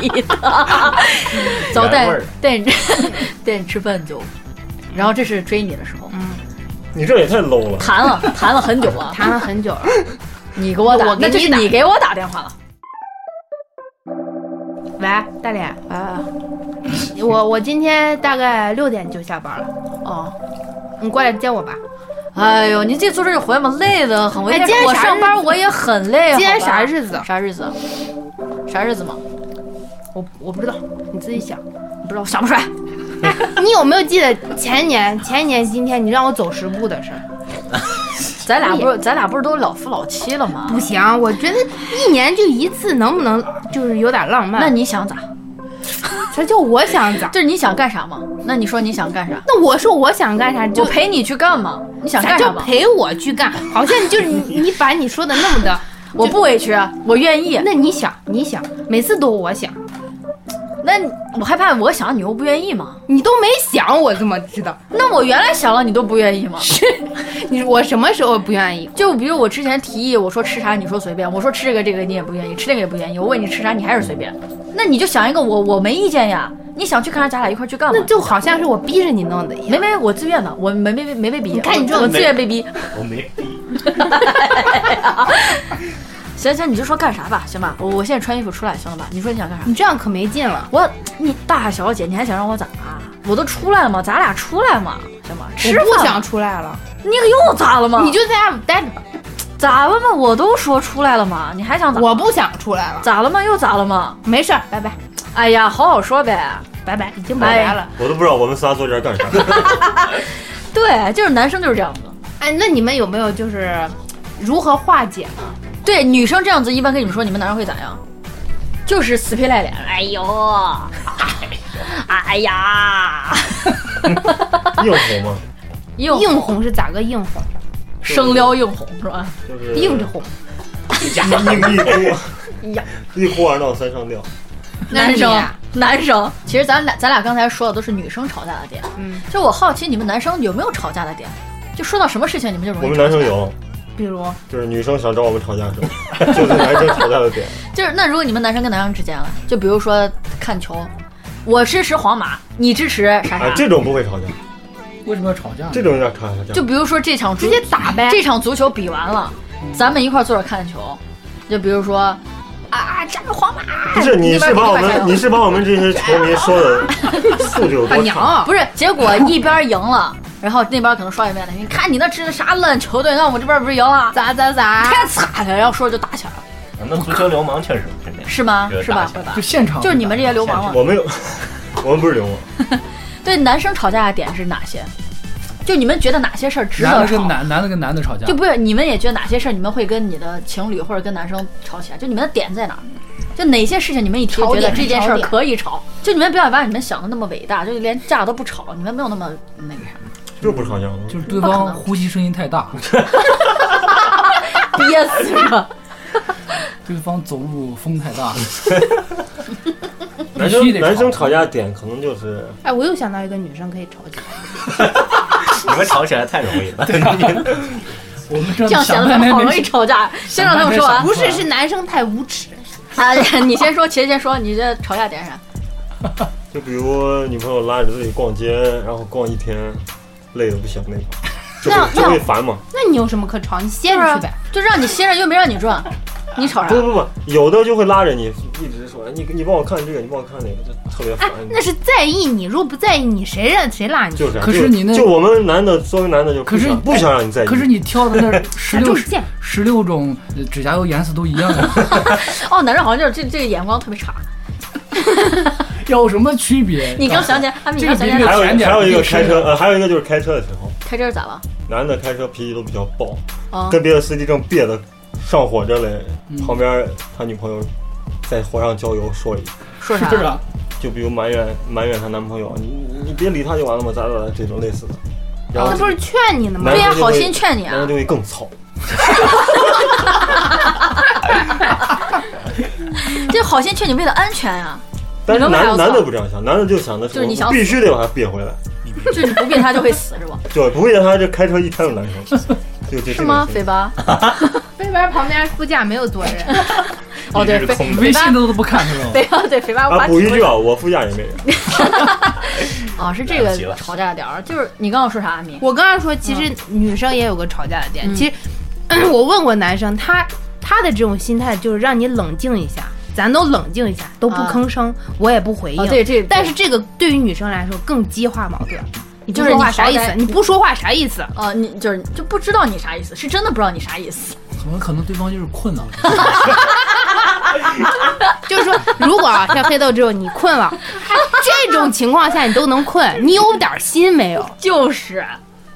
[SPEAKER 5] 你的，走带
[SPEAKER 4] 原味儿
[SPEAKER 5] 带 [LAUGHS] 你带你吃饭就，然后这是追你的时候，
[SPEAKER 3] 嗯
[SPEAKER 1] 你这也太 low 了。
[SPEAKER 5] 谈了谈了很久
[SPEAKER 3] [LAUGHS]
[SPEAKER 5] 了，
[SPEAKER 3] [LAUGHS] 谈了很久了。
[SPEAKER 5] 你给我打，
[SPEAKER 3] 我给
[SPEAKER 5] 那
[SPEAKER 3] 你
[SPEAKER 5] 就是
[SPEAKER 3] 打
[SPEAKER 5] 你给我打电话了，
[SPEAKER 3] 喂，大脸，
[SPEAKER 5] 啊，
[SPEAKER 3] 我我今天大概六点就下班了，
[SPEAKER 5] 哦。
[SPEAKER 3] 你过来接我吧。
[SPEAKER 5] 哎呦，你自己坐这儿就回嘛，累的很。我也
[SPEAKER 3] 哎今天
[SPEAKER 5] 我
[SPEAKER 3] 啥
[SPEAKER 5] 上
[SPEAKER 3] 日
[SPEAKER 5] 班
[SPEAKER 3] 子
[SPEAKER 5] 我也很累。
[SPEAKER 3] 今天
[SPEAKER 5] 好吧
[SPEAKER 3] 啥日子
[SPEAKER 5] 啥日子？啥日子嘛？
[SPEAKER 3] 我我不知道，你自己想。
[SPEAKER 5] 不知道，想不出来。
[SPEAKER 3] [LAUGHS] 你有没有记得前年前年今天你让我走十步的事儿？
[SPEAKER 5] 咱
[SPEAKER 3] 哎
[SPEAKER 5] 俩不是咱俩不是都老夫老妻了吗？
[SPEAKER 3] 不行，我觉得一年就一次，能不能就是有点浪漫？
[SPEAKER 5] 那你想咋？
[SPEAKER 3] 啥叫我想咋？
[SPEAKER 5] 就是你想干啥嘛？那你说你想干啥？
[SPEAKER 3] 那我说我想干啥就
[SPEAKER 5] 我陪你去干嘛？你想
[SPEAKER 3] 啥
[SPEAKER 5] 干
[SPEAKER 3] 叫
[SPEAKER 5] 啥嘛？
[SPEAKER 3] 陪我去干？好像就是你 [LAUGHS] 你把你说的那么的，
[SPEAKER 5] 啊我不委屈，我愿意。
[SPEAKER 3] 那你想你想，每次都我想，
[SPEAKER 5] 那我害怕我想你又不愿意嘛？
[SPEAKER 3] 你都没想我怎么知道？ [LAUGHS]
[SPEAKER 5] 那我原来想了你都不愿意嘛？
[SPEAKER 3] 你我什么时候不愿意？
[SPEAKER 5] 就比如我之前提议，我说吃啥，你说随便；我说吃这个这个你也不愿意，吃那个也不愿意。我问你吃啥，你还是随便。那你就想一个我，我没意见呀。你想去干啥，咱俩一块儿去干嘛
[SPEAKER 3] 那？就好像是我逼着你弄的一样。
[SPEAKER 5] 没没，我自愿的，我没没没没被逼。
[SPEAKER 3] 你看你这种
[SPEAKER 5] 我自愿被逼。
[SPEAKER 1] 我没逼，
[SPEAKER 5] 行行，你就说干啥吧，行吧？我我现在穿衣服出来，行了吧？你说你想干啥？
[SPEAKER 3] 你这样可没劲了。
[SPEAKER 5] 我你大小姐，你还想让我咋？我都出来了嘛，咱俩出来嘛，行吧？吃
[SPEAKER 3] 我不
[SPEAKER 5] 饭。嗯
[SPEAKER 3] 想出来了，
[SPEAKER 5] 你可又咋了嘛？
[SPEAKER 3] 你就在家待着吧。
[SPEAKER 5] 咋了嘛？我都说出来了嘛，你还想咋？
[SPEAKER 3] 我不想出来了，
[SPEAKER 5] 咋了嘛？又咋了嘛？
[SPEAKER 3] 没事儿，拜拜，
[SPEAKER 5] 哎呀，好好说呗。哎
[SPEAKER 3] 拜拜，已经拜拜了。
[SPEAKER 1] 我都不知道我们仨坐这儿
[SPEAKER 5] [LAUGHS]
[SPEAKER 1] 干啥。
[SPEAKER 5] 对，就是男生就是这样子。
[SPEAKER 3] 哎，那你们有没有就是如何化解呢？
[SPEAKER 5] 对，女生这样子一般跟你们说，你们男生会咋样？就是死皮赖脸，哎呦，
[SPEAKER 3] [LAUGHS]
[SPEAKER 5] 哎呀，
[SPEAKER 1] 硬红吗？
[SPEAKER 5] 硬
[SPEAKER 3] 硬哄是咋个硬哄？
[SPEAKER 5] 生撩硬哄是吧？ [LAUGHS]
[SPEAKER 1] 就是
[SPEAKER 3] 硬着哄。
[SPEAKER 1] 硬一呼
[SPEAKER 5] 呀，
[SPEAKER 1] 一呼二闹三上吊。
[SPEAKER 3] 那
[SPEAKER 5] 男
[SPEAKER 3] 你啊
[SPEAKER 5] 生
[SPEAKER 3] 呀，
[SPEAKER 5] 男生，其实咱俩咱俩刚才说的都是女生吵架的点，
[SPEAKER 3] 嗯，
[SPEAKER 5] 就我好奇你们男生有没有吵架的点？就说到什么事情你们就容易
[SPEAKER 1] 我们
[SPEAKER 5] 吵
[SPEAKER 1] 男生
[SPEAKER 5] 架
[SPEAKER 1] 有，
[SPEAKER 3] 比如
[SPEAKER 1] 就是女生想找我们吵架的时候， [LAUGHS] 就是男生吵架的点。
[SPEAKER 5] 就是那如果你们男生跟男生之间了，就比如说看球，我支持皇马，你支持啥
[SPEAKER 1] 哎
[SPEAKER 5] 啥，，
[SPEAKER 1] 这种不会吵架，
[SPEAKER 2] 为什么要吵架呢？
[SPEAKER 1] 这种有点吵架。
[SPEAKER 5] 就比如说这场足
[SPEAKER 3] 直接打
[SPEAKER 1] 嗯
[SPEAKER 3] 呗。
[SPEAKER 5] 这场足球比完了，咱们一块儿坐着看球，就比如说啊，这个皇马
[SPEAKER 1] 不
[SPEAKER 2] [LAUGHS]
[SPEAKER 1] 是，你是把我
[SPEAKER 5] 你把这
[SPEAKER 1] 们，
[SPEAKER 5] 个
[SPEAKER 1] 你是把我们这些球迷说的素质有
[SPEAKER 2] [LAUGHS]
[SPEAKER 3] 啊
[SPEAKER 1] 多
[SPEAKER 3] 娘
[SPEAKER 1] 差？
[SPEAKER 3] 啊，
[SPEAKER 5] 不是，结果一边赢了，然后那边可能刷一遍的，你看你那支的啥烂球队，看我这边不是赢了，
[SPEAKER 3] 咋咋咋？
[SPEAKER 5] 太惨了，然后说着就打起来了，
[SPEAKER 4] 那足球流氓确实是那样。
[SPEAKER 5] 是吗
[SPEAKER 4] 就？是
[SPEAKER 5] 是吧
[SPEAKER 4] 打？起
[SPEAKER 5] 会
[SPEAKER 4] 来
[SPEAKER 5] 吧
[SPEAKER 2] 就？现场
[SPEAKER 5] 就是你们这些流氓了。
[SPEAKER 1] 我们有，我们不是流氓，
[SPEAKER 5] 对男生吵架的点是哪些？就你们觉得哪些事儿值
[SPEAKER 2] 男
[SPEAKER 5] 得
[SPEAKER 2] 的跟
[SPEAKER 5] 吵？
[SPEAKER 2] 男男的跟男的吵架
[SPEAKER 5] 就，不是你们也觉得哪些事儿你们会跟你的情侣或者跟男生吵起来？就你们的点在哪儿？就哪些事情你们一提
[SPEAKER 3] 吵
[SPEAKER 5] 觉
[SPEAKER 3] 点
[SPEAKER 5] 得这件事
[SPEAKER 3] 吵
[SPEAKER 5] 儿
[SPEAKER 3] 点
[SPEAKER 5] 可以吵？就你们不要把你们想的那么伟大，就连架都不吵，你们没有那么那个啥，
[SPEAKER 1] 就是不吵架。
[SPEAKER 2] 就是对方呼吸声音太大，
[SPEAKER 5] 憋死
[SPEAKER 2] [LAUGHS]
[SPEAKER 5] 了。
[SPEAKER 2] 对方走路风太大，
[SPEAKER 1] 男
[SPEAKER 2] 必须
[SPEAKER 1] 生
[SPEAKER 2] 得
[SPEAKER 1] 男生吵架的点可能就是
[SPEAKER 3] 哎，我又想到一个女生可以吵起来。
[SPEAKER 4] 你们吵起来太容易了。
[SPEAKER 1] 啊
[SPEAKER 2] 我们这
[SPEAKER 5] 这样显得他
[SPEAKER 2] 想半
[SPEAKER 5] 们
[SPEAKER 2] 天
[SPEAKER 5] 好
[SPEAKER 2] 没
[SPEAKER 5] 容易吵架。先让他们说完。
[SPEAKER 3] 不是，是男生太无耻。
[SPEAKER 5] 啊，你先说，琪琪先说，你这吵架点啥？
[SPEAKER 1] 就比如女朋友拉着自己逛街，然后逛一天，累的不行那种，就
[SPEAKER 5] 那
[SPEAKER 1] 会就会烦嘛。
[SPEAKER 3] 那你有什么可吵？你歇
[SPEAKER 5] 就
[SPEAKER 3] 着
[SPEAKER 5] 是
[SPEAKER 3] 去呗。
[SPEAKER 5] 就让你歇着，又没让你转，你吵啥
[SPEAKER 1] 不？不不，有的就会拉着你，一直说你你帮我看这个，你帮我看那个，就特别烦
[SPEAKER 3] 哎。，那是在意你，如果不在意你，谁让谁拉你？
[SPEAKER 1] 就是这样。
[SPEAKER 2] 可是
[SPEAKER 1] 就
[SPEAKER 2] 你那
[SPEAKER 1] 就我们男的作为男的就不
[SPEAKER 2] 可是哎
[SPEAKER 1] 想不想让你在意。
[SPEAKER 2] 可是你挑
[SPEAKER 5] [LAUGHS]
[SPEAKER 2] 的那十
[SPEAKER 3] 打
[SPEAKER 2] 六
[SPEAKER 3] 中箭
[SPEAKER 2] 十六种呃指甲油颜色都一样的， [LAUGHS]
[SPEAKER 5] 哦，男人好像就是这这个眼光特别差。
[SPEAKER 2] 有什么区别？
[SPEAKER 5] 你刚想起来，他们你
[SPEAKER 2] 这
[SPEAKER 5] 刚
[SPEAKER 2] 个
[SPEAKER 5] 想起
[SPEAKER 2] 比这
[SPEAKER 5] 来
[SPEAKER 1] 还有
[SPEAKER 2] 甜点
[SPEAKER 1] 还有一个
[SPEAKER 2] 必须
[SPEAKER 1] 开车呃还有一个就是开车的时候，
[SPEAKER 5] 开车咋了？
[SPEAKER 1] 男的开车脾气都比较暴，
[SPEAKER 5] 啊，
[SPEAKER 1] 跟别的司机正憋得上火着嘞，
[SPEAKER 5] 嗯
[SPEAKER 1] 旁边他女朋友在火上浇油说一句。
[SPEAKER 5] 说啥
[SPEAKER 2] 是？啊，
[SPEAKER 1] 就比如埋怨埋怨她男朋友，你你你别理他就完了嘛，咋咋咋这种类似的，
[SPEAKER 5] 啊
[SPEAKER 1] 然后
[SPEAKER 3] 那不是劝你呢吗
[SPEAKER 1] 男？
[SPEAKER 5] 对呀
[SPEAKER 1] 生就会
[SPEAKER 5] 好心劝你啊
[SPEAKER 1] 男生就会更操，
[SPEAKER 5] 这好心劝你为了安全啊呀，
[SPEAKER 1] 但是
[SPEAKER 5] 你们俩
[SPEAKER 1] 男
[SPEAKER 5] 要
[SPEAKER 1] 男的
[SPEAKER 5] 操
[SPEAKER 1] 不这样想，男的就想的是
[SPEAKER 5] 就是你想
[SPEAKER 1] 我必须得把他憋回来，
[SPEAKER 5] 就是你不变他就会死是吧？
[SPEAKER 1] 对，不会让他这开车一天都难受，就这
[SPEAKER 5] 是吗？
[SPEAKER 1] 这
[SPEAKER 5] 肥八？
[SPEAKER 3] 飞边旁边副驾没有坐人，
[SPEAKER 5] [LAUGHS] 哦，对，肥
[SPEAKER 2] 微信都都不看是吧？
[SPEAKER 5] 肥八，对肥八，
[SPEAKER 1] 种
[SPEAKER 5] 我把
[SPEAKER 1] 啊，补一
[SPEAKER 5] 体
[SPEAKER 1] 句
[SPEAKER 5] 会
[SPEAKER 1] 啊，我副驾也没人，
[SPEAKER 5] 啊，是这
[SPEAKER 4] 来不及
[SPEAKER 5] 个
[SPEAKER 4] 了
[SPEAKER 5] 吵架点儿，就是你刚刚说啥，阿米？
[SPEAKER 3] 我刚刚说，其实女生也有个吵架的点。
[SPEAKER 5] 嗯
[SPEAKER 3] 其实 [CLEARS THROAT] 我问过男生，他他的这种心态就是让你冷静一下，咱都冷静一下，都不
[SPEAKER 5] 啊
[SPEAKER 3] 吭声，我也不回应。
[SPEAKER 5] 哦对这
[SPEAKER 3] 但是这个对于女生来说更激化矛盾。你不
[SPEAKER 5] 就是
[SPEAKER 3] 说
[SPEAKER 5] 你
[SPEAKER 3] 话啥
[SPEAKER 5] 好
[SPEAKER 3] 意思
[SPEAKER 5] 歹？
[SPEAKER 3] 你不说话啥意思？
[SPEAKER 5] 哦，你就是就不知道你啥意思，是真的不知道你啥意思。
[SPEAKER 2] 怎么可能对方就是困了？
[SPEAKER 3] 就是说，如果啊，像黑豆只有你困了，这种情况下你都能困，你有点
[SPEAKER 2] [LAUGHS]
[SPEAKER 3] 心没有？
[SPEAKER 5] 就是，